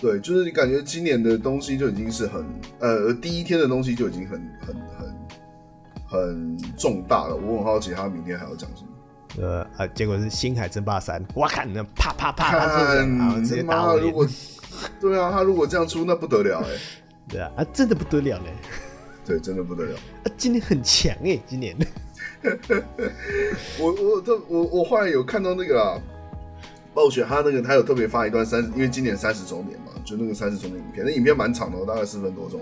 对，就是你感觉今年的东西就已经是很呃第一天的东西就已经很很很很重大了。我很好奇他明天还要讲什么。呃啊，结果是《星海争霸三》，哇看那啪啪啪啪就这样，然后看，啊直接他打妈我的如脸。果对啊，他如果这样出，那不得了哎、对啊，啊真的不得了呢。对，真的不得了。啊，今年很强哎，今年我我这我我后来有看到那个啊，暴雪他那个他有特别发一段三，因为今年三十周年嘛，就那个三十周年影片，那影片蛮长的、哦，大概四分多钟。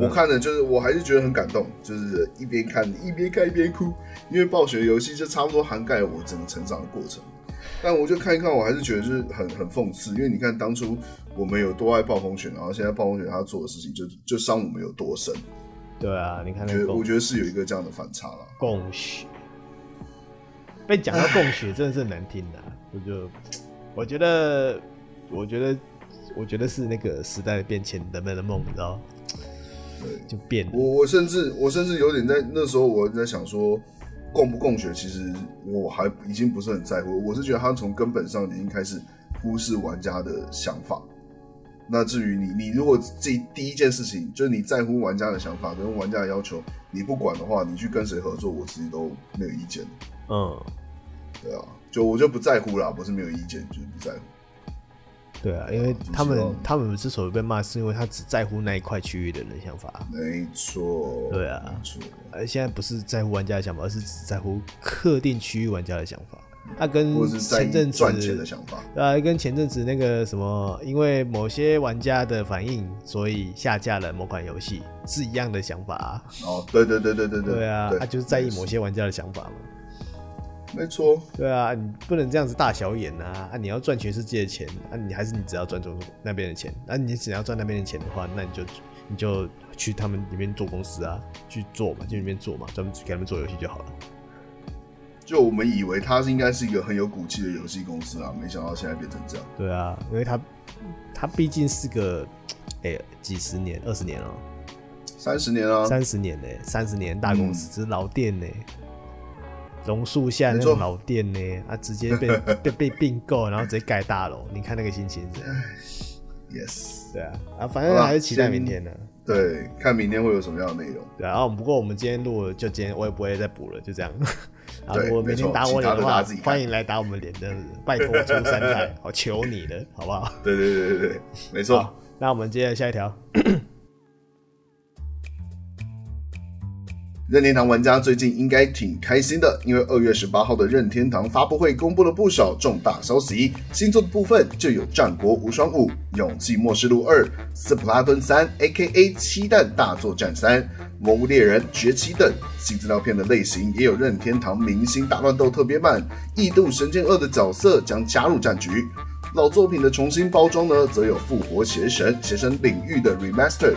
我看了就是我还是觉得很感动，就是一边看一边看一边哭，因为暴雪游戏就差不多涵盖我整个成长的过程。但我就看一看，我还是觉得就是很很讽刺，因为你看当初我们有多爱暴风雪，然后现在暴风雪他做的事情就就伤我们有多深。对啊，你看那觉个得我共觉得是有一个这样的反差啦。共学，被讲到共学真的是很难听的啊、我就我觉得，我觉得，我觉得是那个时代的变迁，人们的梦，你知道，对就变了。我我甚至我甚至有点在那时候我在想说，供不供血，其实我还已经不是很在乎，我是觉得他从根本上已经开始忽视玩家的想法。那至于你，你如果自己第一件事情就是你在乎玩家的想法跟玩家的要求，你不管的话，你去跟谁合作，我其实都没有意见。嗯，对啊，就我就不在乎啦，不是没有意见，就是不在乎。对啊，因为就是他希望们他们之所以被骂，是因为他只在乎那一块区域的人的想法。没错，对啊没错，而现在不是在乎玩家的想法，而是只在乎特定区域玩家的想法。那跟或者是在嗯前意阵子赚钱的想法。对啊，跟前阵子那个什么，因为某些玩家的反应，所以下架了某款游戏，是一样的想法、啊。哦，对对对对对对，对啊，他、就是在意某没错些玩家的想法嘛。没错，对啊，你不能这样子大小眼呐、啊！啊，你要赚全世界的钱，啊，你还是你只要赚中国那边的钱，啊，你只要赚那边的钱的话，那你就你就去他们里面做公司啊，去做嘛，去里面做嘛，专门给他们做游戏就好了。就我们以为它是应该是一个很有骨气的游戏公司啊，没想到现在变成这样。对啊，因为他他毕竟是个哎、几十年、二十年哦、三十年啊，三十年呢、三十年大公司，只是老店呢、榕树下那嗯没错种老店呢、啊，直 接被被被并购，然后直接盖大楼，你看那个心情是怎样？ ，yes，对啊，啊，反哎好正啦还是期待先明天呢、对，看明天会有什么样的内容。对啊，然后不过我们今天录了就今天，我也不会再补了，就这样。然后对如果明没错天打我脸其他的大家话自己，看欢迎来打我们脸，真的是拜托出三 代，我求你了，好不好？对对对对对，没错好。，那我们接着下一条。任天堂玩家最近应该挺开心的，因为二月十八号的任天堂发布会公布了不少重大消息。星座的部分就有《战国无双五》《勇气末世录二》《斯普拉顿三》（A.K.A. 七弹大作战三》《魔物猎人崛起》等。新资料片的类型也有任天堂明星大乱斗特别版、《异度神剑二》的角色将加入战局。老作品的重新包装呢，则有复活邪神、邪神领域的 remaster。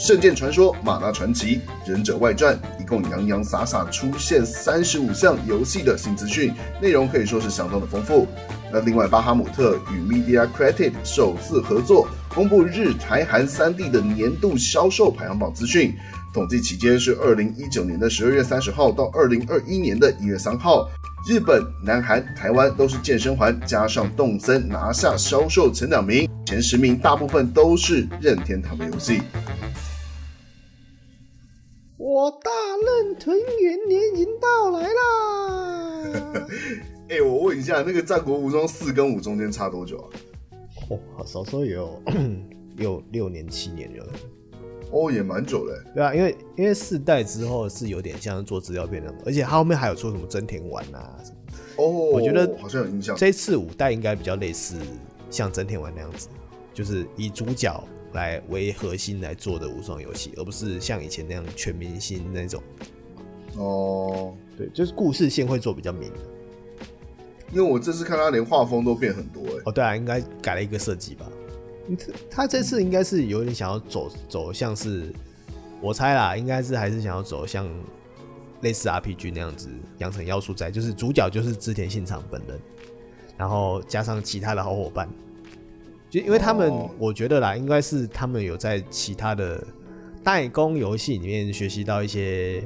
《圣剑传说》《马拉传奇》《忍者外传》，一共洋洋洒洒出现三十五项游戏的新资讯，内容可以说是相当的丰富。那另外，巴哈姆特与 Media Credit 首次合作，公布日台韩三地的年度销售排行榜资讯。统计期间是二零一九年的十二月三十号到二零二一年的一月三号。日本、南韩、台湾都是健身环加上动森拿下销售前两名，前十名大部分都是任天堂的游戏。我大任屯圆年已到来啦！哎、我问一下，那个《战国无双四》跟五中间差多久啊？哦，好少说有有六年七年有了。哦，也蛮久嘞、对啊，因为因为四代之后是有点像是做资料片那种，而且它后面还有出什么真田丸啊什么哦，我觉得好像有印象。这一次五代应该比较类似像真田丸那样子，就是以主角来为核心来做的无双游戏，而不是像以前那样全明星那种。哦，对，就是故事线会做比较明。因为我这次看他连画风都变很多哎、哦，对啊，应该改了一个设计吧。你这他这次应该是有点想要走走向是，我猜啦，应该是还是想要走向类似 RPG 那样子，养成要素在，就是主角就是织田信长本人，然后加上其他的好伙伴，就因为他们，哦我觉得啦，应该是他们有在其他的代工游戏里面学习到一些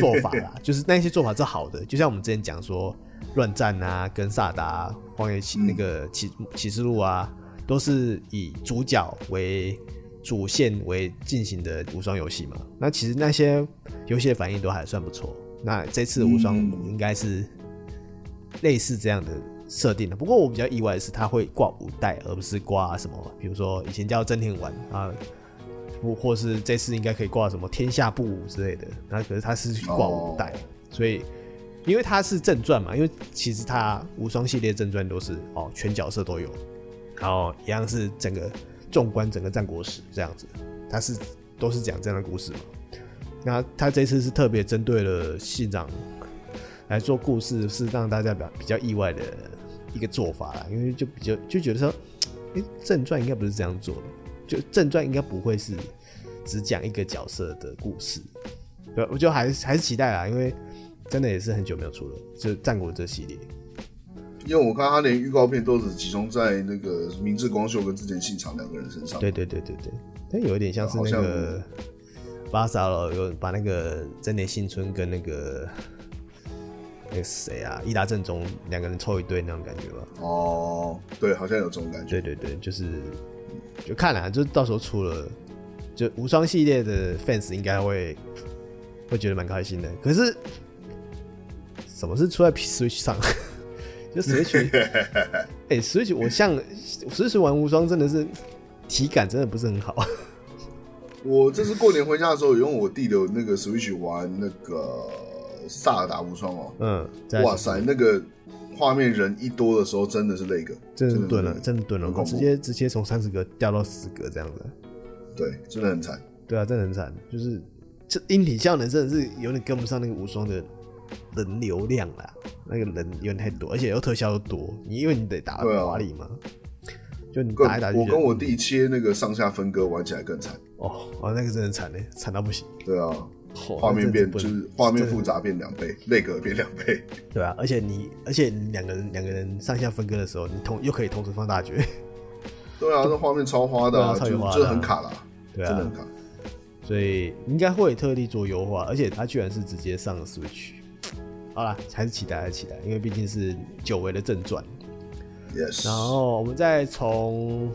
做法啦， 就是那些做法是好的，就像我们之前讲说乱战啊、跟萨达、啊、荒野启那个启启示录啊，都是以主角为主线为进行的无双游戏嘛。那其实那些游戏的反应都还算不错。那这次无双嗯应该是类似这样的设定的。不过我比较意外的是，它会挂五代，而不是挂什么，比如说以前叫真田丸啊，或或是这次应该可以挂什么天下不武之类的。那可是它是挂五代，所以因为它是正传嘛，因为其实它无双系列正传都是哦全角色都有，然后一样是整个纵观整个战国史这样子，它是都是讲这样的故事嘛。那它这次是特别针对了信长来做故事，是让大家比较比较意外的一个做法啦，因为就比较就觉得说，哎、正传应该不是这样做的，就正传应该不会是只讲一个角色的故事，对，我就还是还是期待啦，因为真的也是很久没有出了，就是战国这系列，因为我看他连预告片都只集中在那个明智光秀跟之前信长两个人身上。对对对对对，但有一点像是好那像个巴萨了，有把那个真田幸村跟那个那个谁啊，伊达正宗两个人凑一对那种感觉吧。哦，对，好像有这种感觉。对对对，就是就看啦、就到时候出了，就无双系列的 fans 应该会会觉得蛮开心的。可是什么是出在 P- Switch 上？就 Switch，哎、s w i t c h 我像 Switch 玩无双真的是体感真的不是很好。我这次过年回家的时候，有用我弟的那个 Switch 玩那个萨尔达无双哦，嗯，再来哇塞，那个画面人一多的时候真的是那个，真的的是是蹲了，累个真的蹲了很，恐怖直接直接从三十个掉到十个这样子。对，真的很惨。对啊，真的很惨，就是这硬体效能真的是有点跟不上那个无双的人流量啦，那个人有点太多，而且又特效又多，你因为你得打对啊华丽嘛，就你更打一打就我觉跟得嗯我弟切那个上下分割，玩起来更惨。哦，哇，那个真的惨嘞，惨到不行，对啊，哦画面变那就真的是画面真的复杂变两倍，内格变两倍。对啊，而且你而且你两个人两个人上下分割的时候，你同又可以同时放大决，对啊，这画面超花的、对啊超就有花的啊就很卡啦，对真的很啊，卡。所以应该会特地做优化，而且它居然是直接上了 Switch，好啦，还是期待还是期待，因为毕竟是久违的正传。 Yes，嗯然后我们再从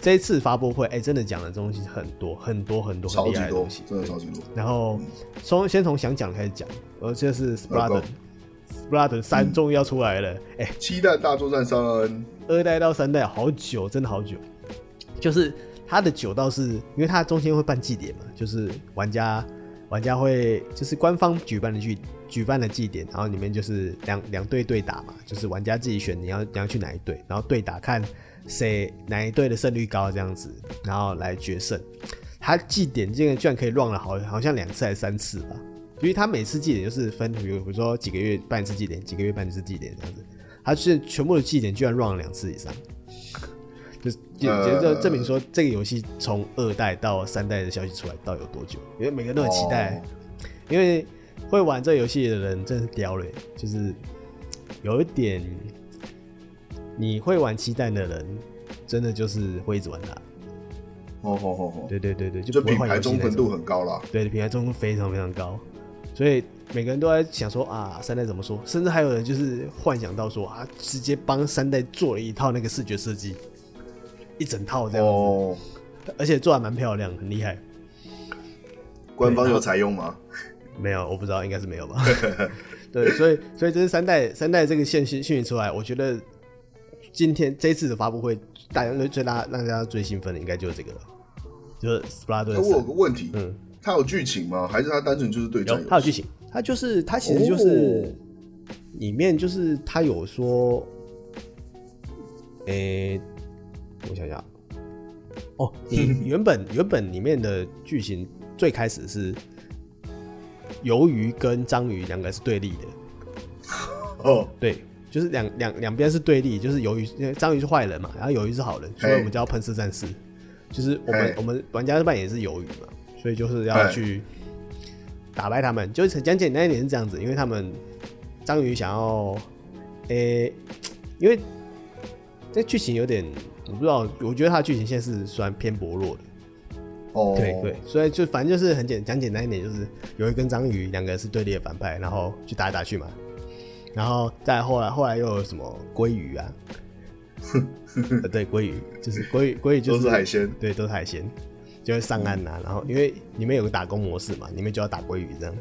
这一次发布会，哎、真的讲的东西很多很多很多很超厉级害的多东西，。真的超级多。然后从先从想讲开始讲，呃，这是 Splatoon go。 Splatoon 三终于要出来了，哎、七代大作战三，二代到三代好久，真的好久。就是它的久到是因为它中间会办祭典嘛，就是玩家玩家会就是官方举办的祭举办的祭典，然后里面就是两两队对打嘛，就是玩家自己选你要你要去哪一队，然后对打看谁哪一队的胜率高这样子，然后来决胜。他祭典这个居然可以乱了好好像两次还是三次吧，因为他每次祭典就是分，比如比如说几个月办一次祭典，几个月办一次祭典这样子，他是全部的祭典居然乱了两次以上，就是也也就呃证明说这个游戏从二代到三代的消息出来到底有多久，因为每个人都很期待，因为会玩这游戏的人真是屌嘞，就是有一点你会玩期待的人，真的就是会一直玩它。哦吼吼吼，对对对对，就就不会品换牌游戏忠那诚种度很高啦。对，品牌忠诚度非常非常高，所以每个人都在想说啊，三代怎么说，甚至还有人就是幻想到说啊，直接帮三代做了一套那个视觉设计，一整套这样子，哦，而且做的蛮漂亮，很厉害。官方啊有采用吗？没有，我不知道，应该是没有 吧。对，所以所以这是三代三代这个线讯讯息出来，我觉得今天这一次的发布会，大家最大让大家最兴奋的应该就是这个了，就是那哎我有 Splatoon 个问题，嗯它有剧情吗？还是它单纯就是对战游有戏？它有剧情，它就是它其实就是哦里面就是它有说，诶、我想想，哦， 你原本原本里面的剧情最开始是鱿鱼跟章鱼两个是对立的，哦，对，就是两两两边是对立，就是鱿鱼因为章鱼是坏人嘛，然后鱿鱼是好人，所以我们叫喷射战士。就是我们嘿我们玩家扮演是鱿鱼嘛，所以就是要嘿去打败他们。就是很讲简单一点是这样子，因为他们章鱼想要，诶、因为这剧情有点我不知道，我觉得它的剧情线是算偏薄弱的。哦，对对，所以就反正就是很简讲简单一点，就是有一根章鱼，两个是对立的反派，然后去打来打去嘛。然后再后来，后来又有什么鲑 鱼啊？呃对，鲑鱼就是鲑鱼，鲑鱼就是都是海鲜嗯对，都是海鲜，就会上岸呐、啊然后因为里面有个打工模式嘛，里面就要打鲑鱼这样。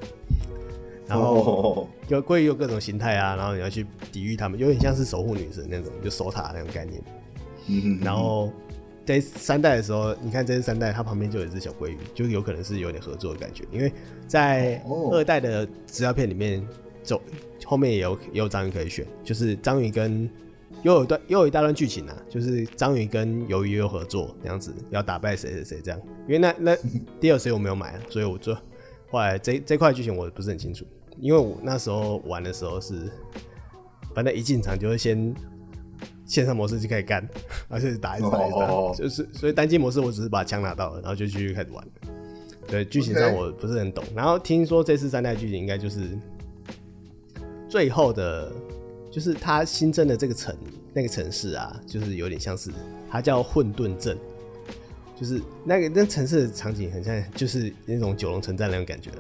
然后哦，有鲑鱼有各种形态啊，然后你要去抵御它们，有点像是守护女神那种，就守塔那种概念。嗯然后在三代的时候，你看这是三代，它旁边就有一只小鲑鱼，就有可能是有点合作的感觉，因为在哦二代的资料片里面，走后面也有也有章鱼可以选，就是章鱼跟又有一段又有一大段剧情啊，就是章鱼跟鱿鱼又合作那样子，要打败谁谁谁这样。因为那那 DLC 我没有买啊，所以我就后来这这块剧情我不是很清楚，因为我那时候玩的时候是，反正一进场就会先线上模式就开始干，而且打一直打一直打，哦就是所以单机模式我只是把枪拿到了，然后就继续开始玩。对，剧情 OK 上我不是很懂。然后听说这次三代剧情应该就是最后的，就是它新增的这个城那个城市啊，就是有点像是它叫混沌镇，就是那个那城市的场景很像，就是那种九龙城寨那种感觉，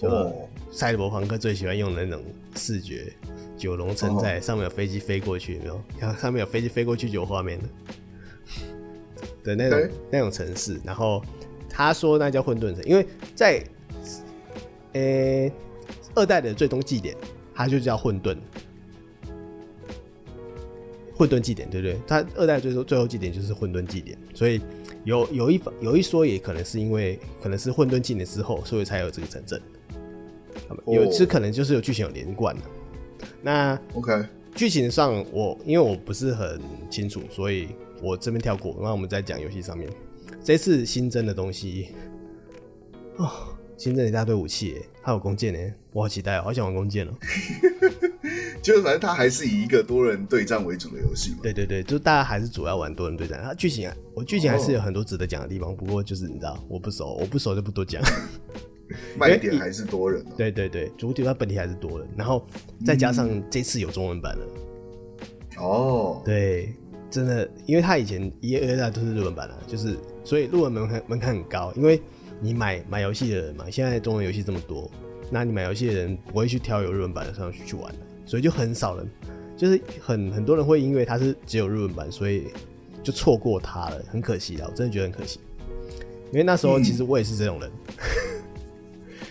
就哦，赛博朋克最喜欢用的那种视觉。九龙城哦寨上面有飞机飞过去，有没有？看上面有飞机飞过去就有画面了。的那种 OK 那种城市。然后他说那叫混沌城，因为在呃、二代的最终祭典，它就叫混沌。混沌祭典，对不对？它二代最终最后祭典就是混沌祭典，所以有有一有一说，也可能是因为可能是混沌祭典之后，所以才有这个城镇。他们有哦这可能就是有剧情有连贯的、那 OK，剧情上我因为我不是很清楚，所以我这边跳过。那我们再讲游戏上面，这次新增的东西哦，新增了一大堆武器耶，还有弓箭呢，我好期待哦，好想玩弓箭哦。就是反正它还是以一个多人对战为主的游戏嘛。对对对，就大家还是主要玩多人对战。它剧情啊，我剧情还是有很多值得讲的地方，不过就是你知道，我不熟，我不熟就不多讲。卖点还是多人哦、对对对，主体它本体还是多人，然后再加上这次有中文版了。哦，对，真的，因为他以前一、二代都是日文版的、就是所以日文门槛门槛很高，因为你买买游戏的人嘛，现在中文游戏这么多，那你买游戏的人不会去挑有日文版的上去去玩的，啊所以就很少人，就是很很多人会因为它是只有日文版，所以就错过它了，很可惜啊，我真的觉得很可惜，因为那时候其实我也是这种人，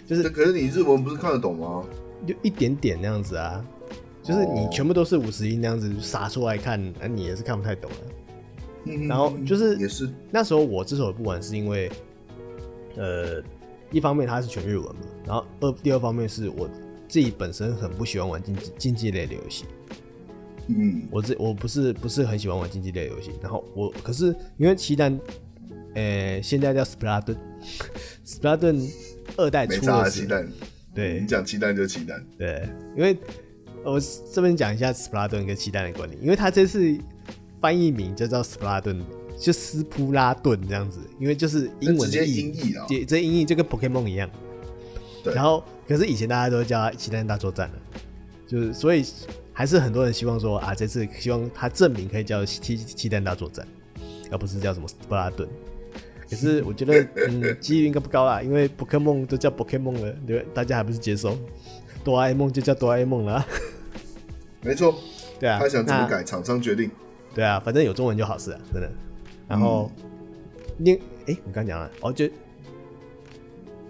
这可是你日文不是看得懂吗？就一点点那样子啊。就是你哦全部都是五十音那样子撒出来看，啊，你也是看不太懂啊。嗯然后就是也是那时候我之所以不玩，是因为，呃，一方面它是全日文嘛，然后二第二方面是我自己本身很不喜欢玩竞技竞技类的游戏，嗯，我自我不是不是很喜欢玩竞技类的游戏，然后我可是因为奇蛋，呃，现在叫 Splatoon，Splatoon 二代没啊出炸的的时鸡候蛋，对你讲鸡蛋就鸡蛋，对，因为我这边讲一下 Splatoon 跟奇蛋的关联，因为它这次翻译名就叫 Splatoon，就斯普拉顿这样子，因为就是英文的这直接音译啊这这音译就跟 Pokemon 一样。对然后，可是以前大家都叫它奇蛋大作战了，就是所以还是很多人希望说啊，这次希望它证明可以叫奇奇蛋大作战，而不是叫什么斯普拉顿。可是我觉得，嗯，几率应该不高啦，因为 Pokemon 都叫 Pokemon 了，对吧，大家还不是接受哆啦 A 梦就叫哆啦 A 梦 了啊，没错，对啊，他想怎么那改，厂商决定。对啊，反正有中文就好事啊，真的。然后，嗯另、诶哎、我刚讲了，哦，就，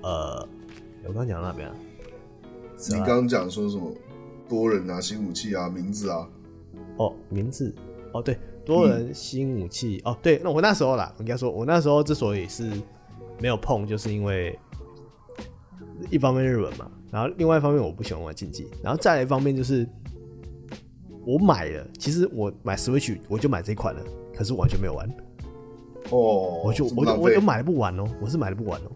呃，我刚讲了哪边啊？你啊刚刚讲说什么多人啊、新武器啊、名字啊，哦，名字，哦，对，多人新武器，嗯哦，对，那我那时候啦，我应该说，我那时候之所以是没有碰，就是因为一方面日文嘛，然后另外一方面我不喜欢玩竞技，然后再来一方面就是我买了，其实我买 Switch 我就买这款了，可是我完全没有玩，哦，我就这么我就浪我费就买了不玩哦，我是买了不玩哦，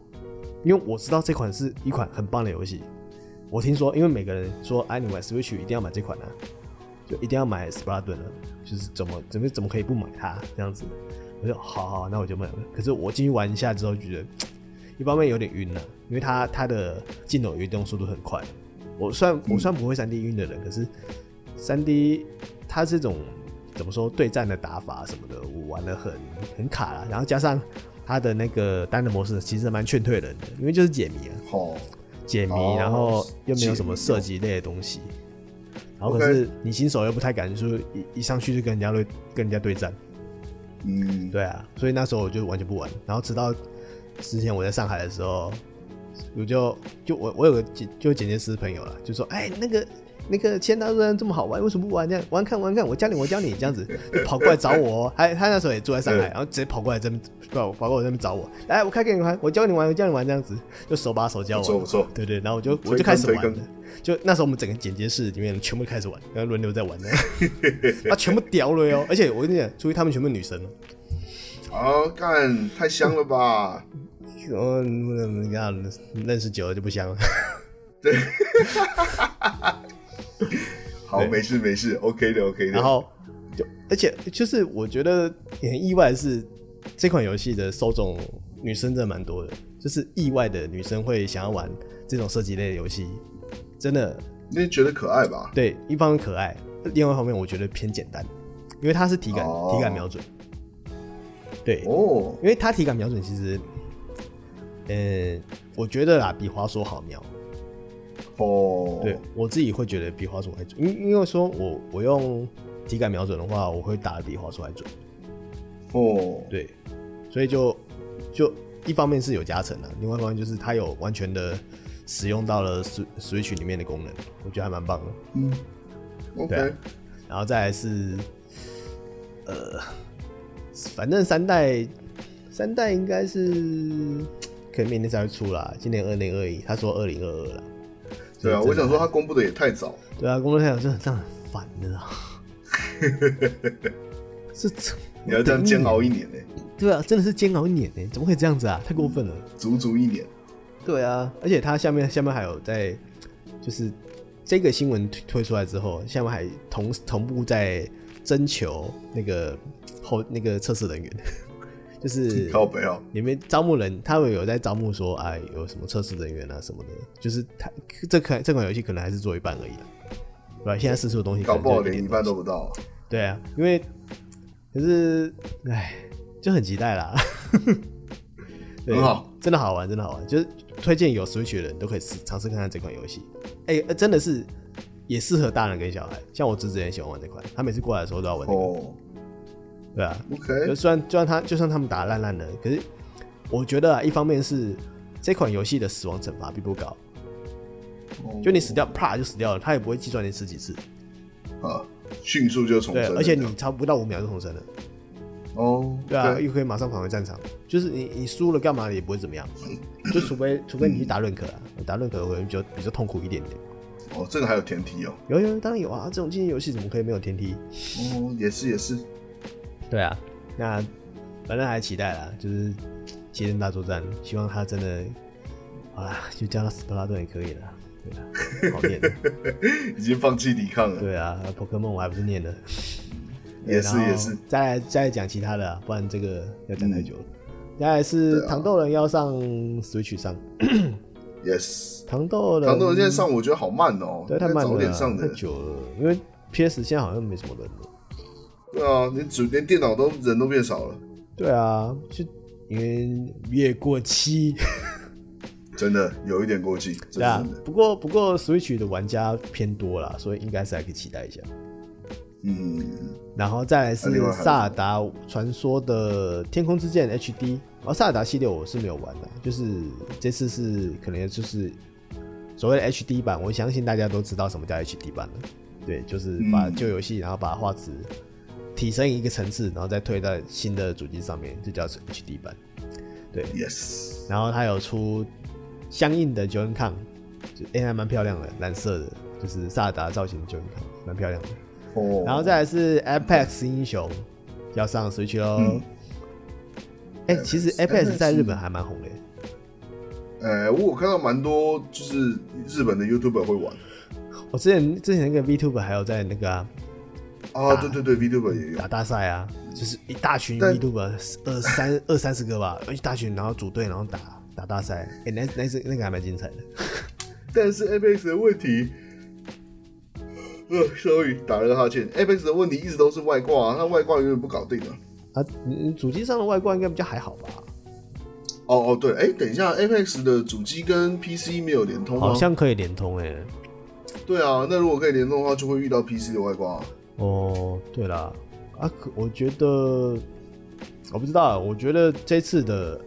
因为我知道这款是一款很棒的游戏。我听说，因为每个人说，哎、你买 Switch 一定要买这款啊，就一定要买 Splatoon 了，就是怎么怎么怎么可以不买它这样子？我就好好，那我就买了。可是我进去玩一下之后，觉得一方面有点晕了、啊因为它它的镜头移动速度很快。我虽然我虽然不会三 D 晕的人，可是三 D 它这种怎么说对战的打法什么的，我玩的很很卡啦。然后加上它的那个单人模式，其实蛮劝退人的，因为就是解谜啊，哦，解谜，哦然后又没有什么解谜射击类的东西。然后可是你新手又不太敢，就是一一上去就跟人家对跟人家对战，嗯，对啊，所以那时候我就完全不玩，然后直到之前我在上海的时候，我就就我我有个剪就剪接师朋友啦，就说哎、那个那个千岛人这么好玩，为什么不玩？这样玩看玩看，我教你，我教你，这样子 就跑过来找我哦。还他那时候也住在上嗯海，然后直接跑过来这边，跑跑过来这边找我。来，我开给你玩，我教你玩，我教你玩，这样子就手把手教不错我不。错，对对，然后我就我推就坑开始推玩坑了。就那时候我们整个剪接室里面全部开始玩，然后轮流在 玩的，啊，全部屌了哟！而且我跟你讲，注意他们全部女生啊，哦。干太香了 吧？哦，你看认识久了就不香了。好，对没事没事，OK 的 OK 的。然后就而且就是我觉得也很意外的是，这款游戏的受众女生真的蛮多的，就是意外的女生会想要玩这种射击类的游戏，真的因为觉得可爱吧？对，一方面可爱，另外一方面我觉得偏简单，因为它是体感、哦体感瞄准，对，哦，因为它体感瞄准其实，呃，我觉得啦比滑索好瞄，哦，对我自己会觉得比滑索还准，因因为说我我用体感瞄准的话，我会打的比滑索还准。哦，对，所以就就一方面是有加成的、啊另外一方面就是它有完全的使用到了 Swi- Switch 里面的功能，我觉得还蛮棒的。嗯对啊，OK，然后再来是，呃，反正三代三代应该是可能明年才会出啦，今年二零二一，他说二零二二啦。对啊，所我以真的想说他公布的也太早，对啊，工作太阳真的这样很烦 的啦。是，你要这样煎熬一年呢，对啊，真的是煎熬一年呢，怎么可以这样子啊？太过分了。足足一年。对啊，而且它下面下面还有在，就是这个新闻推推出来之后，下面还同同步在征求那个后那个测试人员， 就是靠北哦，里面招募人，他们有在招募说，哎，有什么测试人员啊什么的，就是他这款这款游戏可能还是做一半而已啦，对吧、现在试出的东西可搞能不好就有连一点半都不到。对啊，因为可是哎，就很期待啦。 对很好，真的好玩，真的好玩，就是推荐有 Switch 的人都可以试尝试看看这款游戏。哎、呃真的是也适合大人跟小孩，像我侄子也喜欢玩这款，他每次过来的时候都要玩这个。哦对啊，就，OK，虽然就算他就算他们打得烂烂的，可是我觉得啊，一方面是这款游戏的死亡惩罚并不高，就你死掉啪就死掉了，他也不会计算你死几次，啊，迅速就重对生，了。而且这样你超不到五秒就重生了。哦，对啊，又可以马上返回战场，就是你你输了干嘛也不会怎么样，就除非除非你去打认可啊，打认可会比较比较痛苦一点点。哦，这个还有前提哦，有有当然有啊，这种竞技游戏怎么可以没有天梯？哦，也是也是，对啊，那反正还期待啦，就是《奇人大作战》，希望他真的好啦，就叫他斯普拉顿也可以了。 对啊，好念的。已经放弃抵抗了，对啊，p o k e m o n 我还不是念的。也是对然后也是再来再来讲其他的啊、不然这个要讲太久了。嗯再来是啊糖豆人要上 Switch 上， ，Yes。糖豆人，糖豆人现在上，我觉得好慢哦，对，太应该慢早了点啊，上太的。久了，因为 PS 现在好像没什么人了。对啊，你主连电脑都人都变少了，对啊，就因为越过期，真的有一点过气，这是对啊真的。。不过不过 Switch 的玩家偏多啦，所以应该是还可以期待一下。嗯，然后再来是啊另外还有什《么萨尔达传说》的《天空之剑》HD，而《萨尔达》系列我是没有玩的，就是这次是可能就是所谓的 HD 版，我相信大家都知道什么叫 HD 版了。对，就是把嗯旧游戏，然后把画质提升一个层次，然后再推到新的主机上面，就叫 HD 版。 Yes，然后它有出相应的 Joy-Con，就哎、还蛮漂亮的，蓝色的，就是萨尔达造型的 Joy-Con，蛮漂亮的。哦，然后再来是 Apex 英雄要上 Switch 喽。嗯哎、其实 Apex Apex 在日本还蛮红的耶，呃，我有看到蛮多就是日本的 YouTuber 会玩我之前之前那个 VTuber 还有在那个啊、啊，对对对，YouTuber 也有打，大赛啊，就是一大群但 VTuber 二三 二三十个吧，一大群然后组队然后打打大赛，哎、那那是那个还蛮精彩的。但是 Apex 的问题，呃，sorry，打了个哈欠，Apex 的问题一直都是外挂、啊，那外挂永远不搞定啊。啊，嗯主机上的外挂应该比较还好吧？哦哦，对，哎，等一下，Apex 的主机跟 PC 没有联通吗？好像可以连通哎、对啊，那如果可以联通的话，就会遇到 PC 的外挂啊、哦，对啦，啊，可我觉得我不知道啊，我觉得这次的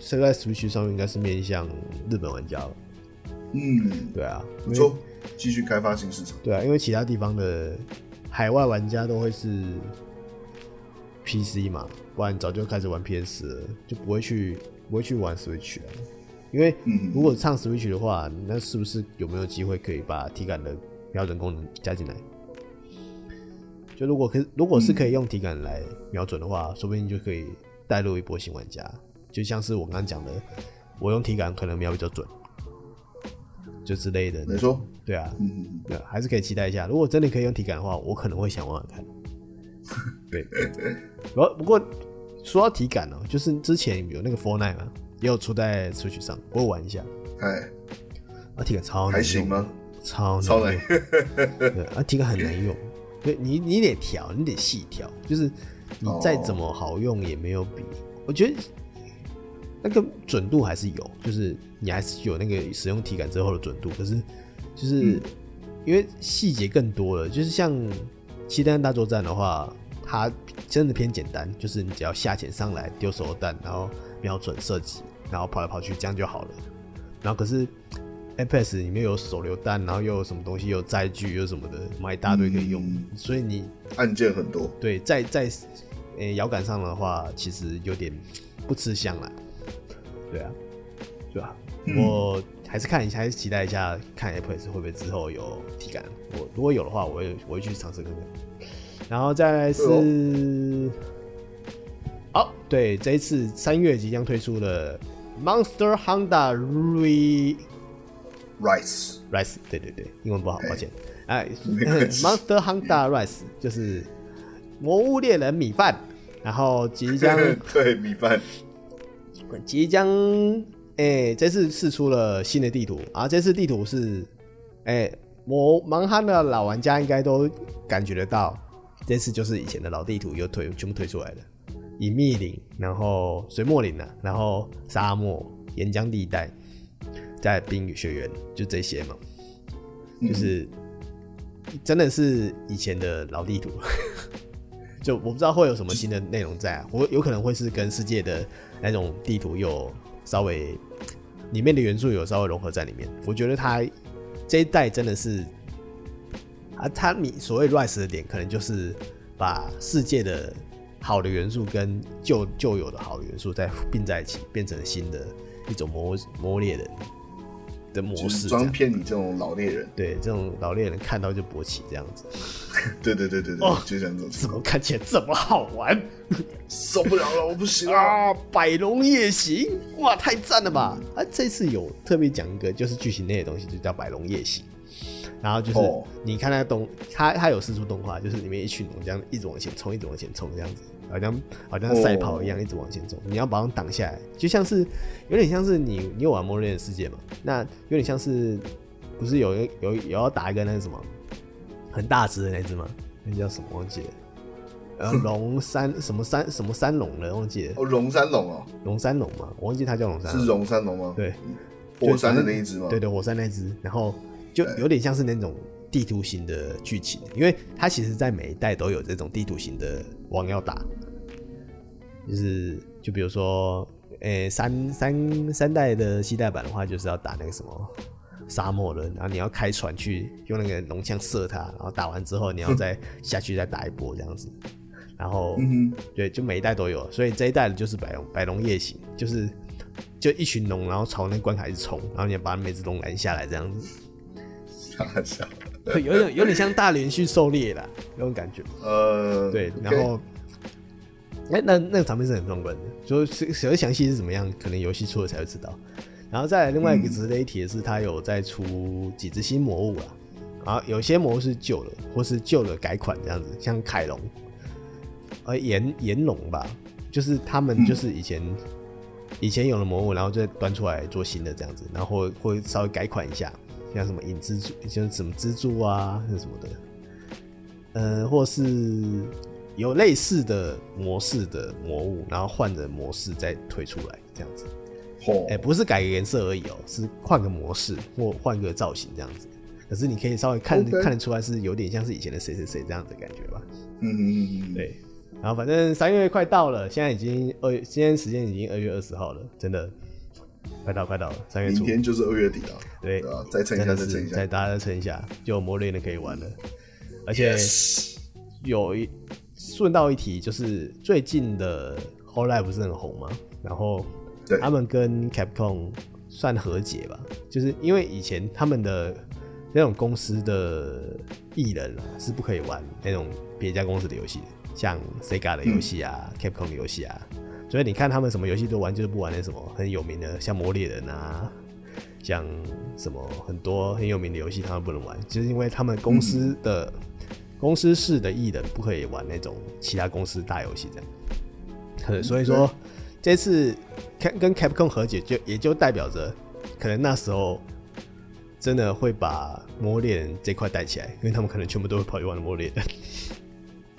现在 Switch 上面应该是面向日本玩家了，嗯，对啊，不错，继续开发新市场。对啊，因为其他地方的海外玩家都会是 PC 嘛，不然早就开始玩 PS 了，就不会去不会去玩 Switch 了。因为如果唱 Switch 的话，那是不是有没有机会可以把体感的瞄准功能加进来？就如果可如果是可以用体感来瞄准的话，说不定就可以带入一波新玩家。就像是我刚刚讲的，我用体感可能瞄比较准，就之类的。没错，对啊，嗯，对啊，还是可以期待一下。如果真的可以用体感的话，我可能会想玩玩 看。对，然后不过说到体感呢、就是之前有那个 f o r n i t e 嘛，也有出在 Switch 上，我有玩一下，哎，啊，体感超难用，还行吗？超超难难用， 对，啊，体感很难用，对你你得调，你得细调，就是你再怎么好用也没有比，我觉得那个准度还是有，就是你还是有那个使用体感之后的准度，可是就是、因为细节更多了，就是像《七弹大作战》的话，它真的偏简单，就是你只要下潜上来丢手榴弹，然后瞄准射击，然后跑来跑去，这样就好了。然后可是 FPS 里面有手榴弹，然后又有什么东西，又有载具，又有什么的，买一大堆可以用，嗯所以你按键很多，对，在在诶摇杆上的话，其实有点不吃香啦。对啊，对啊，我还是看一下，还是期待一下，看 Apple 是会不会之后有体感。我如果有的话，我会我会去尝试看看。然后再对来是，好、对，这一次三月即将推出的 Monster Honda Re Rice， Rise，对对对，英文不好，抱歉。哎 没关系，Monster Hunter Rise 就是《魔物猎人》米饭，然后 即将对米饭，即将哎、这次试出了新的地图啊，这次地图是哎、魔蛮憨的老玩家应该都感觉得到，这次就是以前的老地图又推全部推出来了，隐秘岭，然后水墨岭啊，然后沙漠、岩浆地带，在冰与雪原，就这些嘛。就是真的是以前的老地图， 就我不知道会有什么新的内容在、啊，我有可能会是跟世界的那种地图有稍微里面的元素有稍微融合在里面。我觉得它这一代真的是啊，它你所谓 rise 的点，可能就是把世界的好的元素跟旧旧有的好的元素再并在一起，变成新的一种魔魔猎人的模就是式这样，专骗你这种老猎人，对，这种老猎人看到就勃起这样子， 对对对对对，哦就像这种，怎么看起来这么好玩受不了了，我不行了。啊？百龙夜行，哇，太赞了吧！啊，这次有特别讲一个就是剧情类的东西，就叫百龙夜行。然后就是哦你看那动，它它有四出动画，就是里面一群龙这样一直往前冲，一直往前冲这样子，好像好像赛跑一样，一直往前冲。你要把它们挡下来，就像是有点像是你你有玩《末日的世界》嘛？那有点像是不是有一有有要打一个那个什么很大只的那只吗？那叫什么忘记了？呃，龙山什么山什么山龙了，忘记了，哦，龙山龙哦，龙山龙嘛，我忘记它叫龙山龙是。啊龙山龙吗？呃对，火山的那一只吗？对对，火山那只，然后就有点像是那种地图型的剧情，因为它其实在每一代都有这种地图型的王要打，就是就比如说，诶、三三三代的西代版的话，就是要打那个什么沙漠人，然后你要开船去用那个龙枪射它，然后打完之后你要再下去再打一波这样子，然后嗯对，就每一代都有，所以这一代的就是百龙百龙夜行，就是就一群龙，然后朝那关卡一直冲，然后你要把每只龙拦下来，这样子，哼，开玩笑，对 有点有点像大连续狩猎啦，那种感觉。呃，对 OK，然后，哎、那那个场面是很壮观的，就是谁详细是怎么样，可能游戏出了才会知道。然后再来另外一个值得一提的是，它有再出几只新魔物啦，然后有些魔物是旧的，或是旧的改款这样子，像凯龙，呃炎炎龙吧，就是他们就是以前、以前有的魔物，然后再端出来做新的这样子，然后会会稍微改款一下，像什么影蜘蛛，像什么蜘蛛啊，像什么的，呃，或是有类似的模式的魔物，然后换着模式再推出来这样子。嚯哎、不是改个颜色而已哦，是换个模式或换个造型这样子。可是你可以稍微看 OK 看得出来，是有点像是以前的谁谁谁这样的感觉吧？嗯嗯嗯，嗯，对。然后反正三月快到了，现在已经二，现在时间已经二月二十号了，真的快到快到了，三月明初，天就是二月底了，啊对对吧？再撑一真下，的再撑是一再下。大家再撑一下，就有魔猎人可以玩了。而且 Yes 有一顺道一提，就是最近的 Whole Life 不是很红吗？然后对他们跟 Capcom 算和解吧，就是因为以前他们的那种公司的艺人啊是不可以玩那种别家公司的游戏的，像 Sega 的游戏啊、Capcom 的游戏啊，所以你看他们什么游戏都玩，就是不玩那什么很有名的，像《魔猎人》啊，像什么很多很有名的游戏他们不能玩，就是因为他们公司的、公司式的艺人不可以玩那种其他公司大游戏这样。 可所以说这次 Cap 跟 Capcom 和解就也就代表着，可能那时候真的会把《魔猎人》这块带起来，因为他们可能全部都会跑去玩《魔猎人》。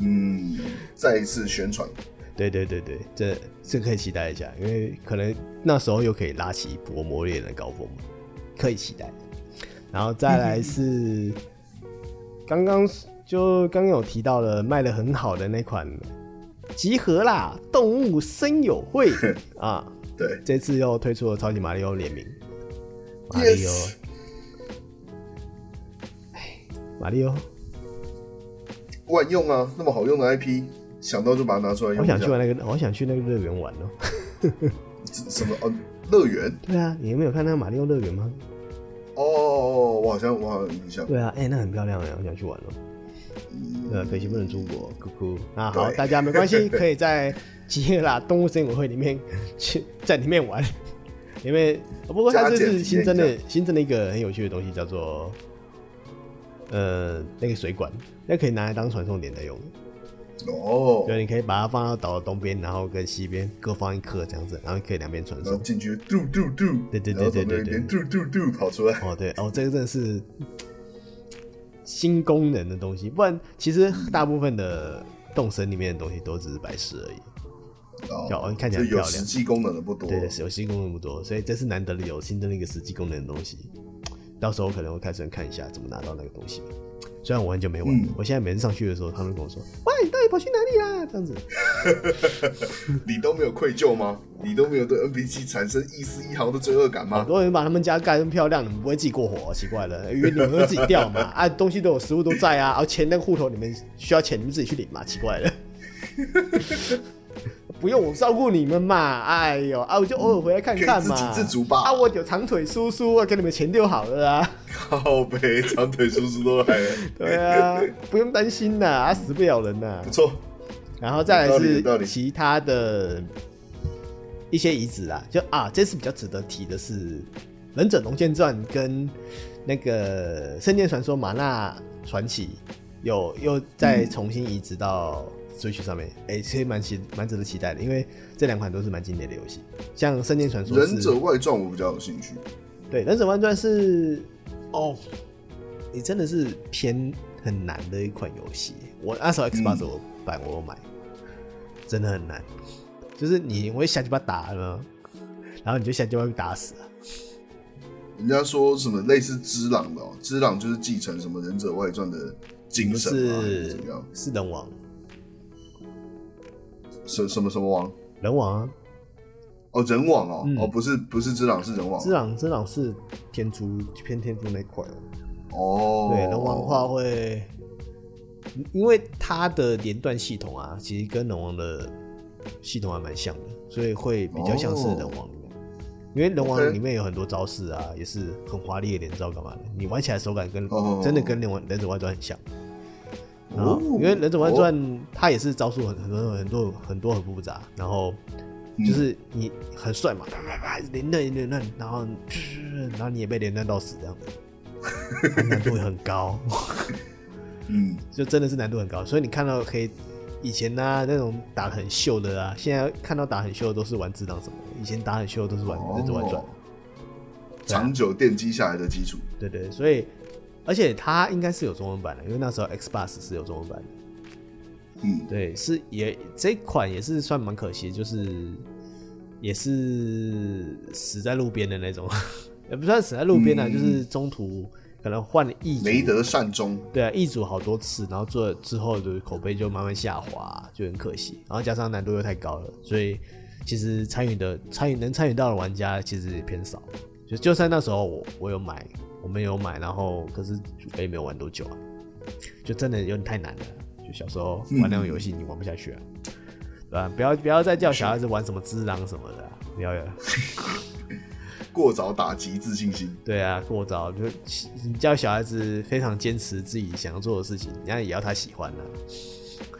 嗯，再一次宣传，对对对对，这这可以期待一下，因为可能那时候又可以拉起一波魔猎人的高峰，可以期待。然后再来 是刚刚就刚刚有提到了卖的很好的那款集合啦，动物森友会 啊，对这次又推出了超级马里奥联名，马里奥哎 Yes，马里奥，万用啊，那么好用的 IP，想到就把它拿出来用好一下。想去玩那个，好想去那个乐园玩哦。什什么哦，乐园对啊，你没有看那个马里奥乐园吗？哦哦，我好像我好像有印象。对啊，哎、那很漂亮哎，我想去玩了。呃，可惜不能出国，哭哭。那好，嗯对大家没 关系，可以在吉尔啦动物森友会里面去在里面玩，因为不过它加这减体次验新增的一新增的一个很有趣的东西叫做呃那个水管，那可以拿来当传送点在用。哦，对，你可以把它放到岛的东边，然后跟西边各放一颗这样子，然后可以两边传然后送。进去嘟嘟嘟，对对对然后从对那对边嘟嘟嘟跑出来。哦，对，哦，这个真的是新功能的东西，不然其实嗯大部分的动森里面的东西都只是摆饰而已。哦哦，看起来就很有漂亮实际功能的不多。对对，游戏功能不多，所以这是难得的有新增了一个实际功能的东西。到时候可能会开始看一下怎么拿到那个东西。虽然我很久没玩了，嗯我现在每次上去的时候，他们跟我说：“喂，你到底跑去哪里啦？”这样子，你都没有愧疚吗？你都没有对 NPC 产生一丝一毫的罪恶感好吗？多人把他们家盖得漂亮，你们不会自己过火、哦？奇怪了，因为你们会自己掉 嘛，啊，东西都有，食物都在啊，而钱那个户头你们需要钱，你们自己去领嘛，奇怪了。不用我照顾你们嘛，哎呦啊，我就偶尔回来看看可嘛，以自给自足吧啊，我有长腿叔叔，我给你们钱就好了啊。靠北，长腿叔叔都来了，对啊，不用担心呐，啊，死 不了人呐、不错。然后再来有道理有道是理其他的一些遗址啦，就啊，这次比较值得提的是《忍者龙剑传》跟那个《圣剑传说：玛纳传奇》有又再重新移植到 Switch 上面，嗯哎、其实蛮期蛮值得期待的，因为这两款都是蛮经典的游戏，像《圣剑传说》是忍者外传我比较有兴趣，对，《忍者外传》是哦，你真的是偏很难的一款游戏。我那嗯时候 Xbox 我版我有买，真的很难，就是你会下鸡巴打呢，然后你就下鸡巴被打死啊。人家说什么类似之朗的哦，之朗就是继承什么忍者外传的精不神嘛，还是是怎么啊样？是人王，什什么什么王？人王啊，哦，人网哦，嗯哦不是不是之朗是人网之朗之朗是天诛偏天诛那一块哦。哦，对，人王的话会，因为它的连段系统啊，其实跟人王的系统还蛮像的，所以会比较像是哦人王里面。因为人王 OK 里面有很多招式啊，也是很华丽的连招，干嘛的？你玩起来手感跟、哦真的跟人王忍者外传很像。然哦后，因为忍者外传它也是招数很很多很多很多很复杂，然后嗯就是你很帅嘛，啪啪啪连段连段，然后然后你也被连段到死这样子， 难度也很高。嗯，就真的是难度很高，所以你看到可以以前呢、那种打得很秀的啊，现在看到打很秀的都是玩智障什么的，以前打很秀的都是玩哦忍者外传，啊长久奠基下来的基础，对对，所以而且它应该是有中文版的，因为那时候 Xbox 是有中文版的，嗯，对，是也这一款也是算蛮可惜的，就是也是死在路边的那种， 也不算死在路边啊，嗯就是中途可能换了一没得善终，对啊，易主好多次，然后做之后的口碑就慢慢下滑，就很可惜。然后加上难度又太高了，所以其实参与的参与能参与到的玩家其实也偏少。就就算那时候我我有买，我们有买，然后可是我也没有玩多久啊，就真的有点太难了。就小时候玩那种游戏，你玩不下去啊，对吧？不要不要再叫小孩子玩什么智狼什么的啊、不要有。过早打击自信心。对啊，过早就你叫小孩子非常坚持自己想要做的事情，那也要他喜欢啊。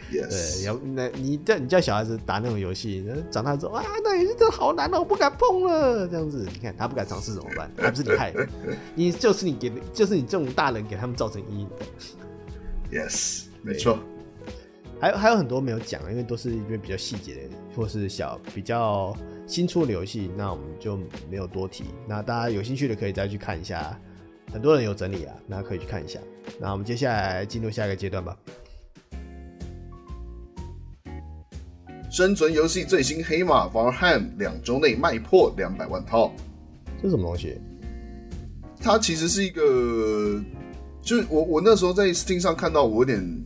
对， Yes，要 那你叫你叫小孩子打那种游戏，那长大之后啊，那游戏真的好难哦，我不敢碰了。这样子，你看他不敢尝试怎么办？还不是你害的，你就是你给的，就是你这种大人给他们造成阴影。 Yes，没错，还有还有很多没有讲，因为都是一些比较细节的，或是小比较新出的游戏，那我们就没有多提。那大家有兴趣的可以再去看一下，很多人有整理啊，那可以去看一下。那我们接下来进入下一个阶段吧。生存游戏最新黑马 Valheim 两周内卖破两百万套。这是什么东西？它其实是一个，就是我我那时候在 Steam 上看到，我有点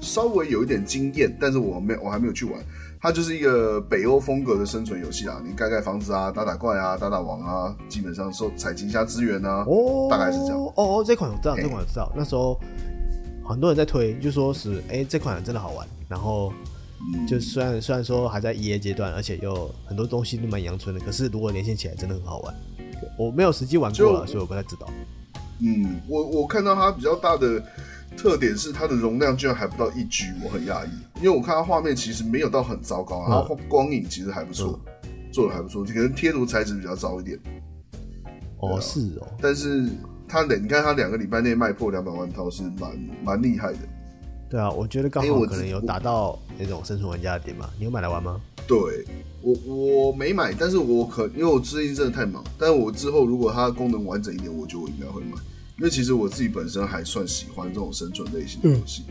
稍微有一点经验，但是我没有我还没有去玩。它就是一个北欧风格的生存游戏啊，你盖盖房子啊，打打怪啊，打打王啊，基本上收采集一下资源啊，哦，大概是这样。哦哦，这款我知道，嘿这款我知道。那时候很多人在推，就说是哎、诶这款真的好玩。然后嗯就虽然虽然说还在 E A 阶段，而且又很多东西都蛮阳春的，可是如果连线起来真的很好玩。我没有实际玩过啊，就所以我不太知道。嗯，我我看到它比较大的特点是它的容量居然还不到一 G，我很讶异，因为我看它画面其实没有到很糟糕，然后光影其实还不错，做的还不错，可能贴图材质比较糟一点，啊哦，是哦，但是它两你看它两个礼拜内卖破两百万套是蛮蛮厉害的，对啊，我觉得刚因为好我可能自有我达到那种生存玩家的点嘛。你有买来玩吗？对我我没买，但是我可因为我最近真的太忙，但我之后如果它功能完整一点，我觉得我应该会买，因为其实我自己本身还算喜欢这种生存类型的游戏。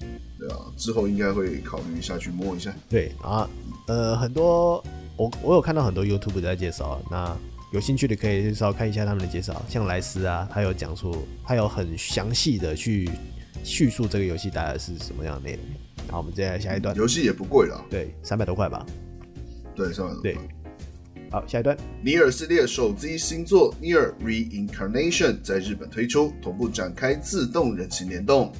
嗯对啊，之后应该会考虑一下去摸一下。对啊，呃，很多我我有看到很多 YouTube 在介绍，啊那有兴趣的可以去稍微看一下他们的介绍，像莱斯啊，他有讲述，他有很详细的去叙述这个游戏大概是什么样的内容。好，我们接下来下一段，游戏也不贵啦，对，三百多块吧，对，上百多对块。。好，下一段，尼尔系列手机新作《尼尔 Reincarnation》在日本推出，同步展开自动人形联动。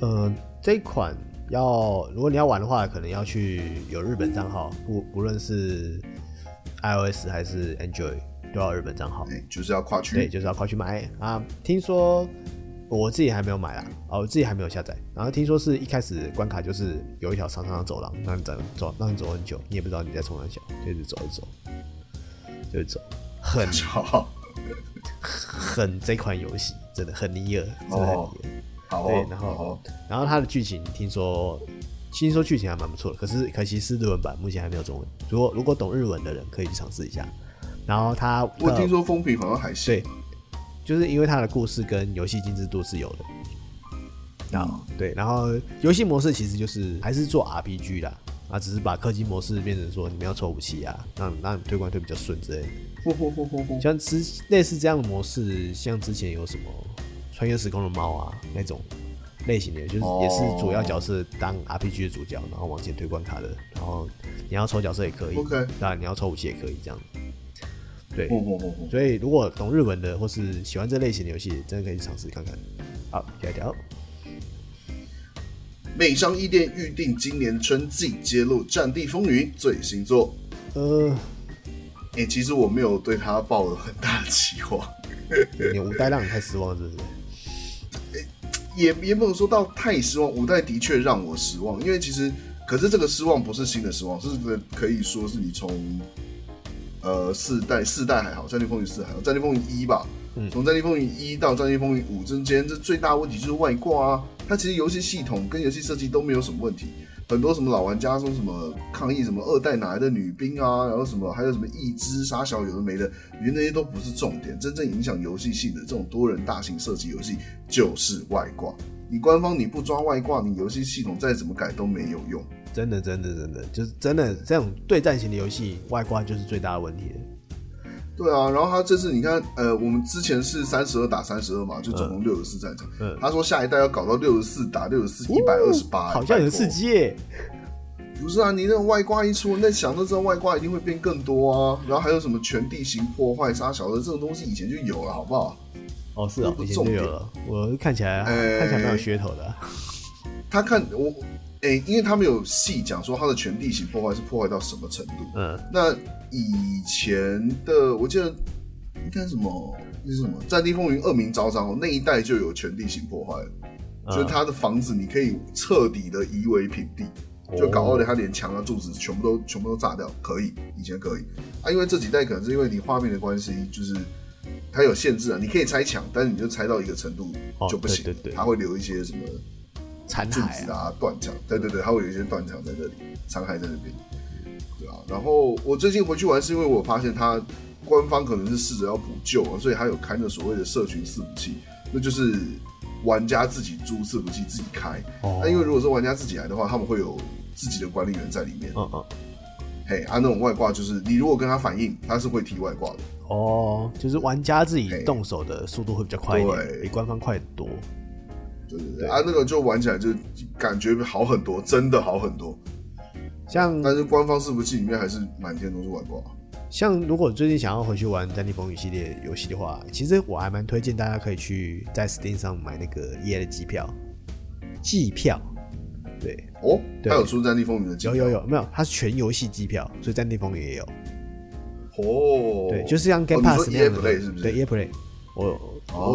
呃，这一款要如果你要玩的话，可能要去有日本账号，不无论是 iOS 还是 Android 都要有日本账号。哎、就是要跨对，区。就是要快去买啊！听说我自己还没有买啦，啊，我自己还没有下载。然后听说是一开始关卡就是有一条长长的走廊，让你走走，让你走很久，你也不知道你在冲哪小，就一直走，一直走，就一直走，很 好，很这款游戏真的很尼尔，真的很哦尼尔。好对哦，，然好后哦然后它的剧情听说。听说剧情还蛮不错的，可是可惜是日文版，目前还没有中文。如果如果懂日文的人可以去尝试一下。然后它我听说风评好像还行对。，就是因为它的故事跟游戏精致度是有的。那、对，然后游戏模式其实就是还是做 RPG 啦，啊，只是把氪金模式变成说你们要抽武器啊，让让你推关推比较顺之类的。嚯嚯嚯嚯嚯！像之类似这样的模式，像之前有什么穿越时空的猫啊那种类型的，就是哦也是主要角色当 RPG 的主角，然后往前推关卡的，然后你要抽角色也可以 OK 嗯当然你要抽武器也可以这样。对，嚯嚯嚯嚯！所以如果懂日文的或是喜欢这类型的游戏，真的可以尝试看看。好，下一条。美商一店预定今年春季揭露《战地风云》最新作。呃，哎、其实我没有对它抱了很大的期望， 你五代让你太失望了，是不是？也也不能说到太失望。五代的确让我失望，因为其实，可是这个失望不是新的失望，是这个可以说是你从呃四代四代还好，《战地风云四》还好，《战地风云一》吧，从《战地风云一》到《战地风云五》之间，这最大问题就是外挂啊。它其实游戏系统跟游戏设计都没有什么问题，很多什么老玩家说什么抗议什么二代哪来的女兵啊，然后什么还有什么义肢杀小有的没的，其实那些都不是重点，真正影响游戏性的这种多人大型射击游戏就是外挂。你官方你不抓外挂，你游戏系统再怎么改都没有用。 真的，真的，真的，就是真的这种对战型的游戏，外挂就是最大的问题了。对啊，然后他这次你看，呃，我们之前是三十二打三十二嘛，就总共六十四战场。嗯哦他说下一代要搞到六十四打六十四，一百二十八，好像有刺激耶。不是啊，你那种外挂一出，那想都知道外挂一定会变更多啊。然后还有什么全地形破坏、杀小的这种东西，以前就有了，好不好？哦，是啊这，不以是前就有重点了。我看起来、哎看起来蛮有噱头的啊、他看我，诶、因为他们有细讲说他的全地形破坏是破坏到什么程度。嗯，那以前的，我记得应该什么那是什么《战地风云》恶名昭彰哦，那一代就有全地形破坏了，嗯就是他的房子你可以彻底的夷为平地，哦就搞到连他连墙啊柱子全部都全部都炸掉，可以，以前可以啊，因为这几代可能是因为你画面的关系，就是它有限制啊，你可以拆墙，但是你就拆到一个程度哦就不行了，对对对它会留一些什么残柱骸子啊，啊、断墙，对对对，它会有一些断墙在这里，残骸在那边，对啊。然后我最近回去玩，是因为我发现它官方可能是试着要补救啊，所以它有开那所谓的社群伺服器，那就是玩家自己租伺服器自己开。哦那因为如果是玩家自己来的话，他们会有自己的管理员在里面。嗯嗯，嘿，啊，那种外挂就是你如果跟他反映，他是会踢外挂的。哦，就是玩家自己嘿动手的速度会比较快一点，对比官方快很多。对对对，对啊，那个就玩起来就感觉好很多，真的好很多。像但是官方伺服器里面还是满天都是外挂。像如果最近想要回去玩《战地风云》系列游戏的话，其实我还蛮推荐大家可以去在 Steam 上买那个 EA 的机票，季票，对，哦，对他有出《战地风云》的机有票，有有，没有，它是全游戏机票，所以《战地风云》也有，哦，对，就是像 Game 哦 Pass 你那说 EA 样的 Play 是不是？哦对，E EA Play，我、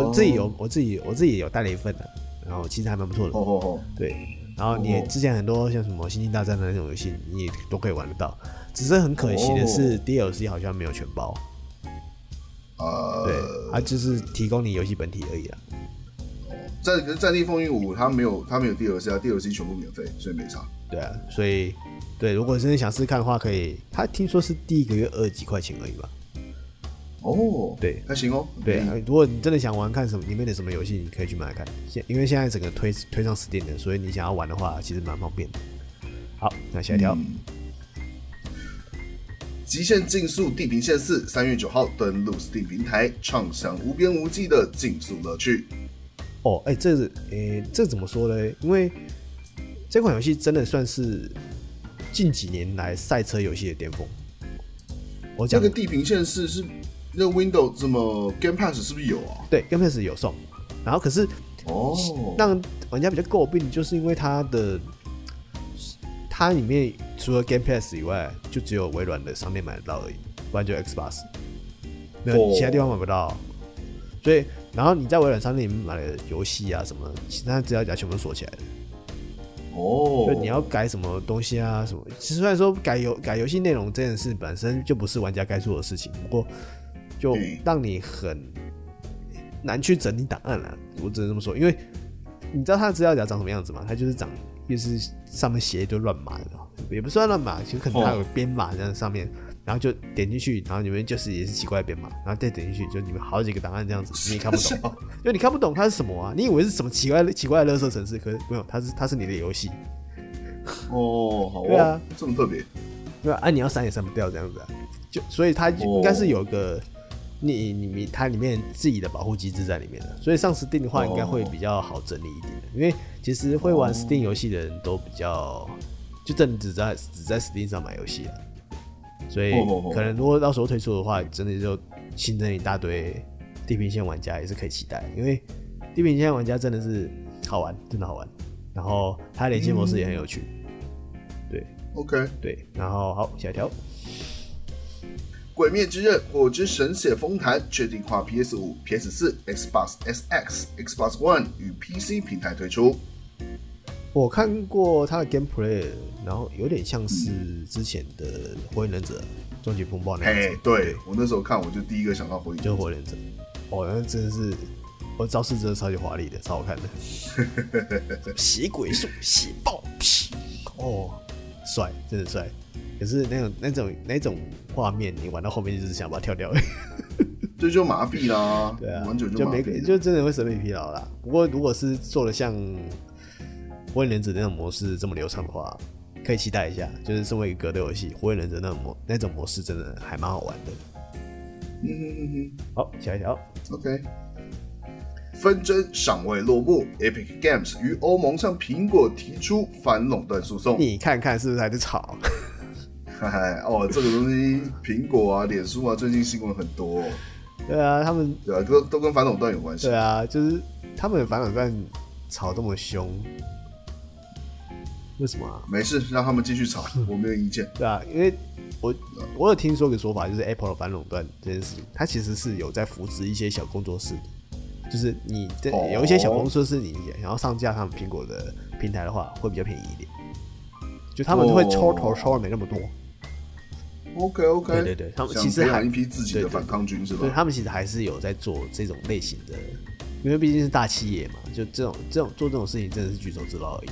我自己有我自己我自己有带了一份的、然后其实还蛮不错的，哦哦哦，对，然后你哦之前很多像什么《星际大战》的那种游戏，你也都可以玩得到，只是很可惜的是、哦 DLC 好像没有全包。呃，对，它就是提供你游戏本体而已啦。战可是《战地风云五》它没有它没有 DLC 啊，DLC 全部免费，所以没差。对啊，所以对，如果真的想试看的话，可以。它听说是第一个月二十几块钱而已吧？哦，对还行哦，很对便宜啊，如果你真的想玩看什么里面的什么游戏，你可以去买来看。现因为现在整个推推上 Steam 的，所以你想要玩的话，其实蛮方便的。好，那下一嗯条，极限竞速地平线四》三月九号登陆 Steam 平台，畅享无边无际的竞速乐趣。哦，哎、这是，哎、这怎么说呢？因为这款游戏真的算是近几年来赛车游戏的巅峰。我这讲、个地平线四是那 Windows 什么 Game Pass 是不是有啊？对，刚开始有送，然后可是哦，让玩家比较诟病，就是因为它的它里面除了 Game Pass 以外，就只有微软的商店买得到而已，不然就 Xbox，没有哦其他地方买不到。所以，然后你在微软商店里面买的游戏啊什么，其他资料夹全部都锁起来了。哦，就你要改什么东西啊什么，其实虽然说改游改游戏内容这件事本身就不是玩家该做的事情，不过就嗯让你很难去整理档案啦、我只能这么说，因为你知道它的资料夹长什么样子吗？它就是长，就是上面写一堆乱码的，也不算乱码，其实可能它有编码在上面，然后就点进去，然后里面就是也是奇怪的编码，然后再点进去，就里面好几个档案这样子，你也看不懂，因为你看不懂它是什么啊？你以为是什么奇怪的奇怪的垃圾城市，可是没有，它是它是你的游戏。哦，好对哦啊，这么特别。对啊，啊你要删也删不掉这样子啊，就所以它就哦应该是有个你你你它里面自己的保护机制在里面的，所以上 Steam 的话哦应该会比较好整理一点，因为其实会玩 Steam 游戏的人都比较就真的只在只在 Steam 上买游戏了，所以哦哦哦可能如果到时候推出的话，真的就新增一大堆地平线玩家也是可以期待，因为地平线玩家真的是好玩，真的好玩，然后它的连线模式也很有趣，对 OK，《对，然后好下一条。鬼灭之刃》《火之神血风坛》确定跨 PS 5 PS 4 Xbox SX、Xbox One 与 PC 平台推出。我看过他的 gameplay，然后有点像是之前的《火影忍者》终极风暴那样嘿子，，对我那时候看，我就第一个想到火影就是《火影忍者》。哦，那真的是，我招式真的超级华丽的，超 好看的，血鬼术、血爆，噗哦，帅，真的帅。可是那种那种那种画面，你玩到后面就是想把它跳掉。这就麻痹啦， 对啊，玩久就麻没痹了。就真的会审美疲劳啦。不过如果是做的像《火影忍者》那种模式这么流畅的话，可以期待一下。就是身为一个格斗游戏，《火影忍者》那种模那种模式真的还蛮好玩的。嗯嗯嗯好，下一条，嗯，OK。纷争尚未落幕，Epic Games 与欧盟向苹果提出反垄断诉讼。你看看是不是还在吵？ 嗨，哦，这个东西，苹果啊、脸书啊，最近新闻很多、哦，对啊，他们对吧、都都跟反垄断有关系。对啊，就是他们反垄断吵这么凶，为什么啊？没事，让他们继续吵，我没有意见。对啊，因为我我有听说一个说法，就是 Apple 的反垄断这件事情，它其实是有在扶持一些小工作室，就是你这哦有一些小工作室，你想要上架上苹果的平台的话，会比较便宜一点，就他们会抽头哦抽的没那么多， OK OK，对对对他们其实培还养一批自己对的对反抗军是所以吧？他们其实还是有在做这种类型的，因为毕竟是大企业嘛，就这种这种做这种事情真的是举手之劳而已。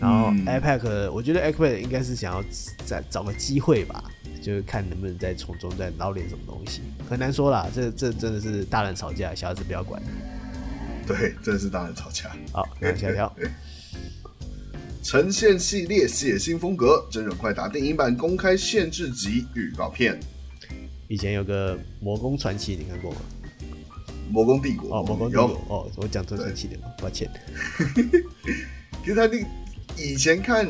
然后嗯 iPad，我觉得 iPad 应该是想要再找个机会吧，就是看能不能再从中再捞点什么东西，很难说啦。这这真的是大人吵架，小孩子不要管。对，真的是大人吵架。好，那下一条，呈现系列血腥风格真人快打电影版公开限制级预告片，以前有个《魔宫传奇》，你看过吗？ 《魔宫帝国》哦，《魔宫帝有国》哦，我讲错传奇的，抱歉。其实他那以前看，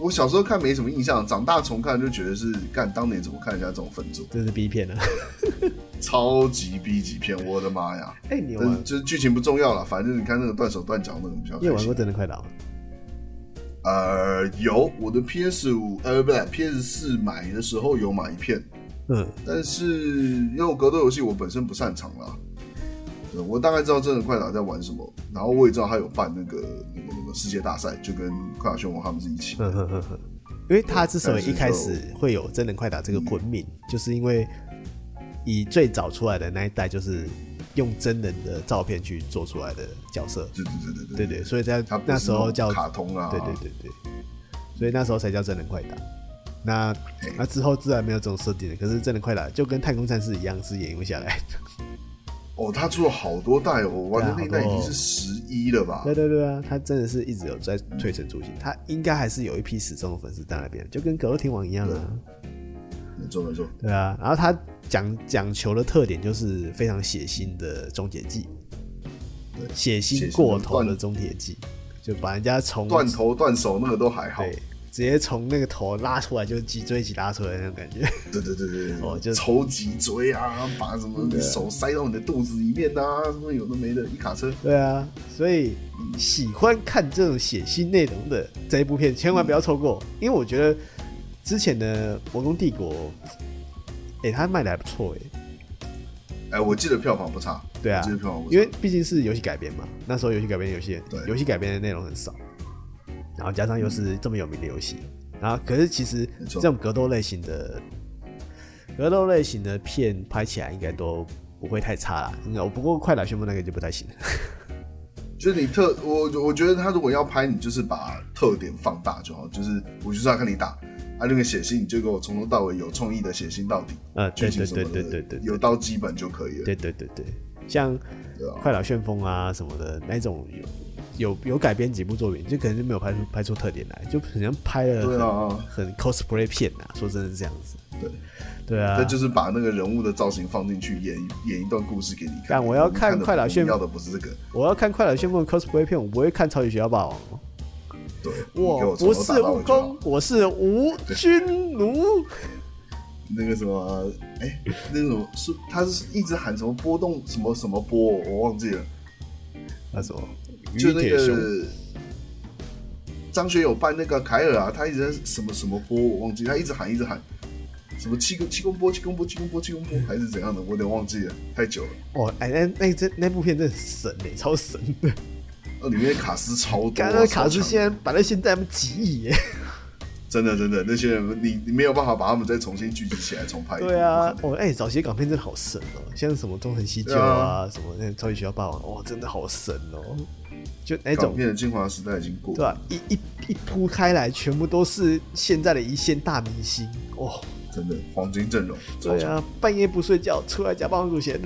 我小时候看没什么印象，长大重看就觉得是干当年怎么看人家这种分组，这是 B 片啊了。超级 B 级片，我的妈呀！ 哎、你有但是玩？就是剧情不重要了，反正你看那个断手断脚那个比较你有啊开玩心过《真人快打》吗？呃，有我的 PS 五呃不对 PS 四买的时候有买一片，嗯，但是因为我格斗游戏我本身不擅长啦，对我大概知道真人快打在玩什么，然后我也知道他有办那个那个那个世界大赛，就跟快打旋风他们是一起。呵呵呵呵，因为他之所以一开但始是会有真人快打这个混名，就是因为以最早出来的那一代就是用真人的照片去做出来的角色，对对对对对对，所以在它不是那时候叫那种卡通啊对对对对，所以那时候才叫真人快打。那嘿那之后自然没有这种设定了，可是真人快打就跟太空战士一样是沿用下来的。哦，他出了好多代哦，我玩的那一代已对啊好多哦经是十一了吧？对对对啊，他真的是一直有在推陈出新，他应该还是有一批死忠的粉丝在那边，就跟格斗天王一样啊。没错没错，对啊，然后他讲讲求的特点就是非常血腥的终结技，血血腥腥过的头的断终结技，就把人家从断头断手那个都还好。对，直接从那个头拉出来，就脊椎一起拉出来的那种感觉。 对对对对对，哦就抽脊椎啊，把什么手塞到你的肚子里面啊，什么有的没的，一卡车。对啊，所以喜欢看这种血腥内容的这一部片，千万不要错过，因为我觉得之前的《魔宫帝国》，哎、它卖的还不错哎、哎，我记得票房不差。对啊我记得票房不差。因为毕竟是游戏改编嘛，那时候游戏改编游戏对，游戏改编的内容很少，然后加上又是这么有名的游戏，然后可是其实没错这种格斗类型的格斗类型的片拍起来应该都不会太差啦，应该。不过快打旋风那个就不太行 了，就是你特我我觉得他如果要拍，你就是把特点放大就好，就是我就是要跟你打。啊，那个血腥你就给我从头到尾有创意的血腥到底，呃剧情对什么的对对对对对有到基本就可以了。对对对对，像对啊快打旋风啊什么的那种有有有改编几部作品，就可能就没有拍出拍出特点来，就很像拍了对很、啊很 cosplay 片啊，说真的是这样子。对，对啊，那就是把那个人物的造型放进去演一演一段故事给你看。但我要看你的快打旋你要的不是这个，我要看《快乐旋风》cosplay 片，我不会看《超级学校霸王》。对，你给我我不从头是打到悟尾就好空，我是吴君如。那个什么，哎、那种是他是一直喊什么波动什么什么波，我忘记了，那什么，就于那铁雄个张学友扮那个凯尔啊，他一直在什么什么波，我忘记，他一直喊一直喊，什么七公七公波七公波七公波七公波还是怎样的，我有点忘记了，太久了。哦，哎，那那这那部片真的很神哎、超神 的！那里面卡斯超多啊，刚刚卡超斯强现在摆在现在他们几亿 耶、真的真的那些人，你你没有办法把他们再重新聚集起来重拍一遍。对啊不可，能哦，哎、早期港片真的好神哦、像什么《东成西就》啊，什么那《超级学校霸王》，哦，真的好神哦、就那港种片的精华时代已经过对了，吧、一一一铺开来，全部都是现在的一线大明星哦。真的黄金阵容。超对强。啊，半夜不睡觉，出来假扮黄祖贤。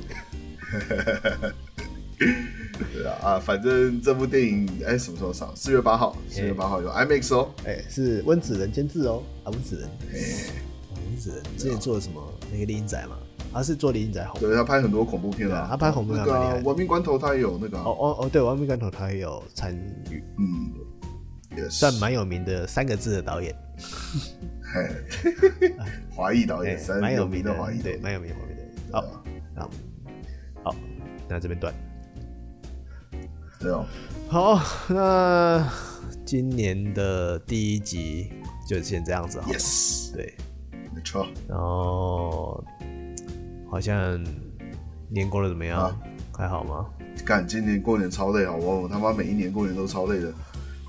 对啊，啊，反正这部电影哎什么时候上？四月八号，四月八号有 IMAX 哦。哎、是温子仁监制哦，啊，温子仁，啊，温子仁之前做的什么那个《猎鹰仔》嘛，啊，他是做《灵隐宅红》。对，他拍很多恐怖片对啊，他拍恐怖片那个还蛮厉啊害的《亡命关头》他也有那个啊，哦哦哦，对，《亡命关头》他也有参与，嗯，也是算蛮有名的三个字的导演，嘿华裔导演，哎三蛮有名名的哦华裔导对，演，蛮有名的华裔导演。啊啊好，好，好，那这边断。对哦，好，那今年的第一集就先这样子哈。 ，yes，对，没错，然后好像年过得怎么样？啊还好吗？干，今年过年超累，好不好？我他妈每一年过年都超累的。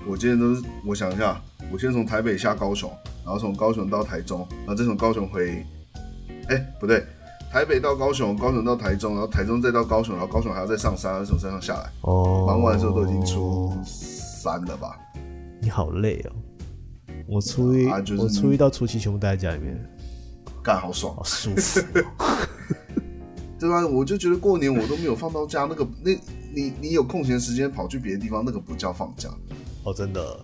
我今年都是，我想一下，我先从台北下高雄，然后从高雄到台中，然后再从高雄回，哎、不对，台北到高雄，高雄到台中，然后台中再到高雄，然后高雄还要再上山，然后从山上下来。哦，忙完的时候都已经初三了吧？你好累哦。我初一，啊就是我初一到初七全部待在家里面，干，好爽好，舒服。 对吧？我就觉得过年我都没有放到假，那个那，你你有空闲时间跑去别的地方，那个不叫放假，哦，真的，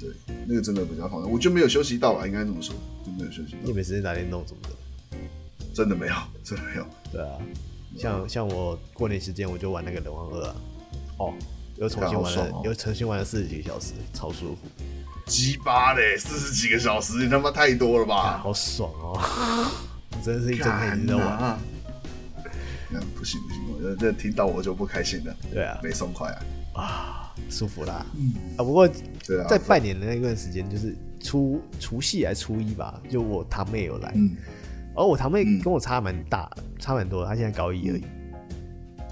对，那个真的不叫放假。我就没有休息到啊了，应该这么说，就没有休息到你，没时间打电动什么的。真的没有，真的没有。对啊，像像我过年时间我就玩那个《人王二》啊，哦，又重新干玩好爽了哦，又重新玩了四十几个小时，超舒服，鸡巴嘞，四十几个小时，你他妈太多了啊，吧？好爽哦！ 真的是一整天一直在干玩，啊！嗯，不行不行，我这听到我就不开心了，对啊，没松快啊。舒服啦。嗯啊，不过对啊，在拜年的那段时间，就是初除夕还初一吧，就我堂妹有来，嗯，而我堂妹嗯跟我差蛮大，差蛮多的，她现在高一而已，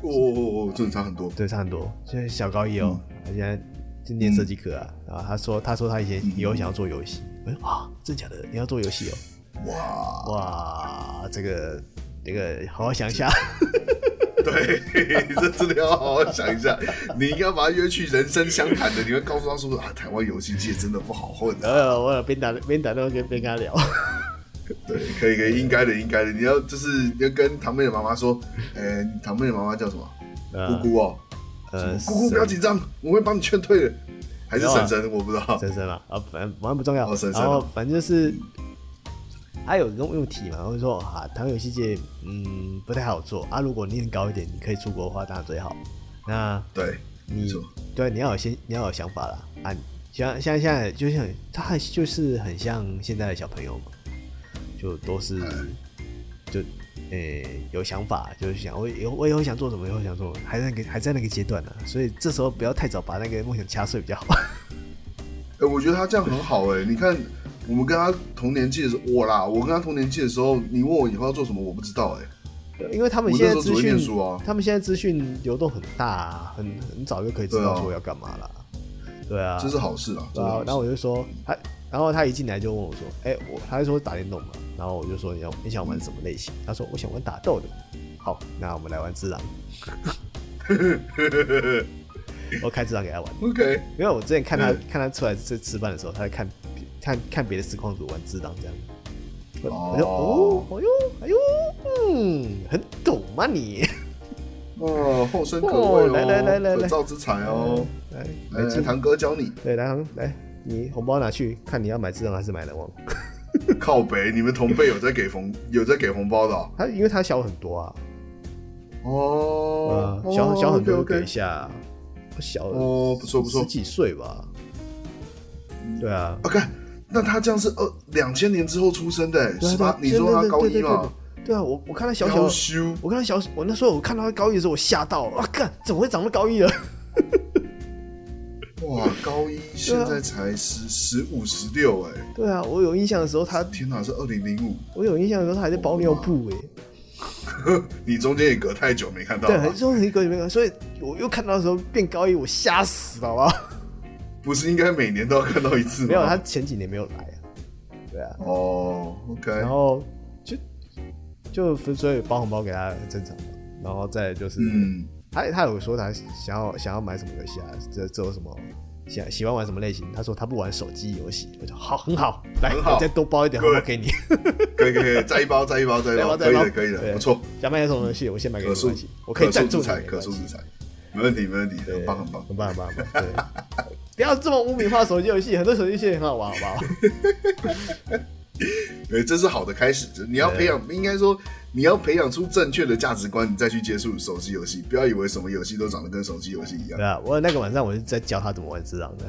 哦哦哦，真的差很多。对，差很多，现在小高一哦，嗯她现在就念设计课啊，然后她说她说她以前嗯以后想要做游戏，我说啊，真假的，你要做游戏哦。哇，哇，这个这个好好想一 下， 对，这真的要好好想一下。你应该把他约去人生相谈的，你会告诉他说啊，台湾游戏界真的不好混啊的。呃，我有边打边打电话跟边跟他聊，对，可以可以，应该的应该的。你要就是要跟堂妹的妈妈说，呃，你堂妹的妈妈叫什么？呃姑姑哦， 呃，姑姑不要紧张，我会帮你劝退的。还是没有啊婶婶，我不知道。深深了啊，反正反正不重要，哦深深然后反正就是。他有跟我用题嘛，我就说啊，台湾游戏界嗯不太好做啊。如果你很高一点，你可以出国的话，当然最好。那对，没你错对你要有先你要有想法啦啊！像像现在就像他还就是很像现在的小朋友嘛，就都是嗯就诶、有想法，就是想我以后我以后想做什么，以后想做什么，还在那个还在那个阶段呢、所以这时候不要太早把那个梦想掐碎比较好。哎、我觉得他这样很好哎、你看，我们跟他同年纪的时候，我啦，我跟他同年纪的时候，你问我以后要做什么，我不知道哎、因为他们我现那时在候只资会念讯书啊，他们现在资讯流动很大、啊，很很早就可以知对啊道说要干嘛啦。对啊，这是好事啊，这然是好后事然后我就说他，然后他一进来就问我说，哎、我他就说打电动嘛，然后我就说你要你想玩什么类型？他说我想玩打斗的。好，那我们来玩智狼。 我开智狼给他玩， OK，因为我之前看他、嗯看他出来吃吃饭的时候，他在看看看别的实况组玩智狼这样。我我就哦哦，哎呦，哎呦，嗯，很懂嘛你，哦，后生可畏哦，哦来来来来来嗯可造之材哦，来来来来，吃，堂哥教 你对，呃来来，你红包拿去，看你要买智狼还是买人王。靠北，你们同辈有在给红有在给红包的哦他因为他小很多啊，哦啊，，小小很多就 OK 给 OK，一下啊，小哦，不错不错十，几岁吧，对啊，啊，看那他这样是二两千年之后出生的欸，对啊十八，对你啊说他高对一对对对嘛，对对啊，我我看他小小要的，修，我看他小，我那时候我看到他高一的时候，我吓到了，哇，干，怎么会长到高一了？哇，高啊一现在才十十五十六哎， 对啊，我有印象的时候他，天哪，是二零零五，我有印象的时候他还在包尿布哎、你中间也隔太久没看到对，了很吧，就很一个没有，所以我又看到的时候变高一，我吓死了，好不好？不是应该每年都要看到一次吗？没有，他前几年没有来啊，对啊，哦，OK，然后就就所以包红包给他很正常嘛，然后再来就是。嗯，他他有说他想要想要买什么游戏啊，这这有什么想喜欢玩什么类型？他说他不玩手机游戏，我说好，很好，来，很好我再多包一点红包 Good 给你。可以可以可以，再一包再一包再一再一包，包可以再一的包可以的，对不错。想买什么游戏，我先买给可你，没塑关系，我可以赞助之你，才，可没关塑系之才，没问题没问题，很棒很棒。很棒很棒很棒，对， 不要这么污名化手机游戏，很多手机游戏很好玩，好不好？哎，这是好的开始，这你要培养，应该说你要培养出正确的价值观，你再去接触手机游戏，不要以为什么游戏都长得跟手机游戏一样对。啊，我那个晚上我是在教他怎么玩《智狼》的。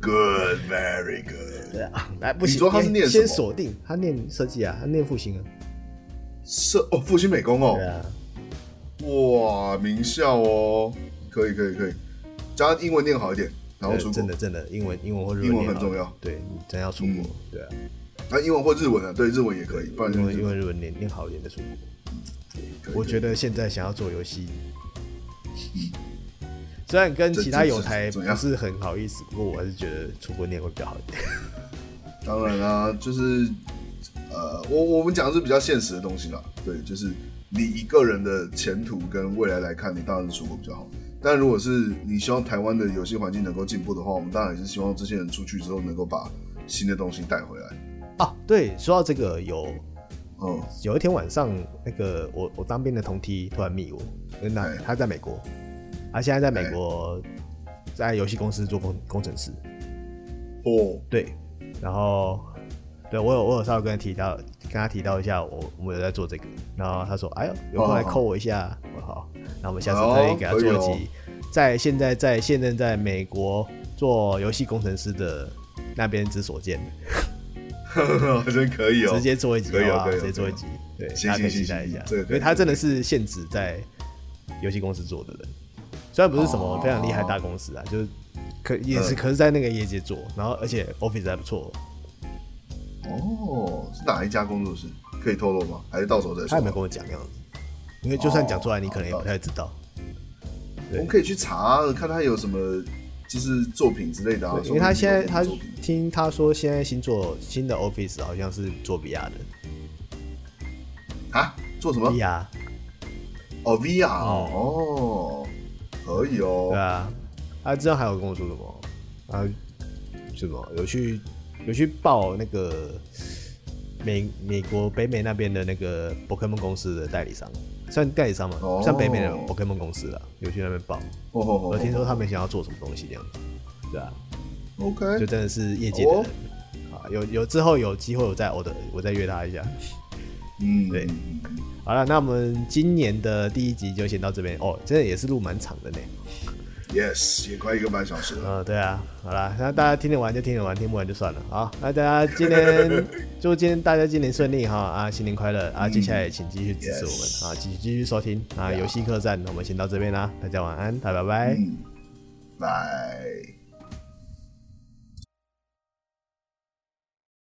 Good, very good。对啊，来不你行，说他是先念什么先锁定，他念设计啊，他念复兴啊。是哦，复兴美工哦对，啊，哇，名校哦，可以可以可以，加英文念好一点，然后对出国真。的真的，英文英文或日英文念很好重要对你真要出国嗯，对啊，那英文或日文啊，对，日文也可以，不然就英文是英文日文念念好一点再出国。可以我觉得现在想要做游 戏，虽然跟其他友台怎不怎怎是很好意思，不过我还是觉得出国念会比较好一点。当然啦、就是呃，我我们讲的是比较现实的东西啦，对，就是你一个人的前途跟未来来看，你当然是出国比较好。但如果是你希望台湾的游戏环境能够进步的话，我们当然也是希望这些人出去之后能够把新的东西带回来。啊，对，说到这个，有嗯，有一天晚上，那个我我当兵的同梯突然密我，跟他哎他在美国，他现在在美国，在游戏公司做工工程师，哦， 对，然后对我有我有稍微跟他提到跟他提到一下我我们有在做这个，然后他说哎呦有空来扣我一下，我说好，那我们下次可以给他做一哎呦哦可以集，在现在在现任在美国做游戏工程师的那边之所见，好像可以哦，直接做一集可以哦好不好可以哦直接做一集，对，行大家可以行期待行一下，行这个可以因为他真的是现职在游戏公司做的人，虽然不是什么非常厉害的大公司啊，就是可也是哦嗯可是在那个业界做，然后而且 Office 还不错，哦，是哪一家工作室？可以透露吗？还是到时候再说？他也没有跟我讲样子，因为就算讲出来，你可能也不太知道。我们可以去查看他有什么就是作品之类的啊。因为他现在说他不定有作品听他说现在新做新的 Office 好像是做 VR 的啊做什么？ VR，哦，VR 哦，可以哦。对啊，他之前还有跟我说什么啊什么有去有去报那个美美国北美那边的那个 Pokemon 公司的代理商，算代理商嘛，哦算北美的 Pokemon 公司啦，有去那边报，哦哦哦我听说他们想要做什么东西这样子，对啊。就 OK，真的是业界的人、啊。有有之后有机会我再我的我再约他一下。嗯，对嗯嗯好了，那我们今年的第一集就先到这边哦，真的也是录蛮长的呢。 ，Yes，也快一个半小时了。嗯，对啊，好啦，那大家听得完就听得完，听不完就算了。好，那大家今年祝今天大家今年顺利哈啊，新年快乐啊！接下来请继续支持我们 yes 啊，继续继续收嗯听啊，游戏客栈，那我们先到这边啦，大家晚安，大家拜拜。嗯，拜。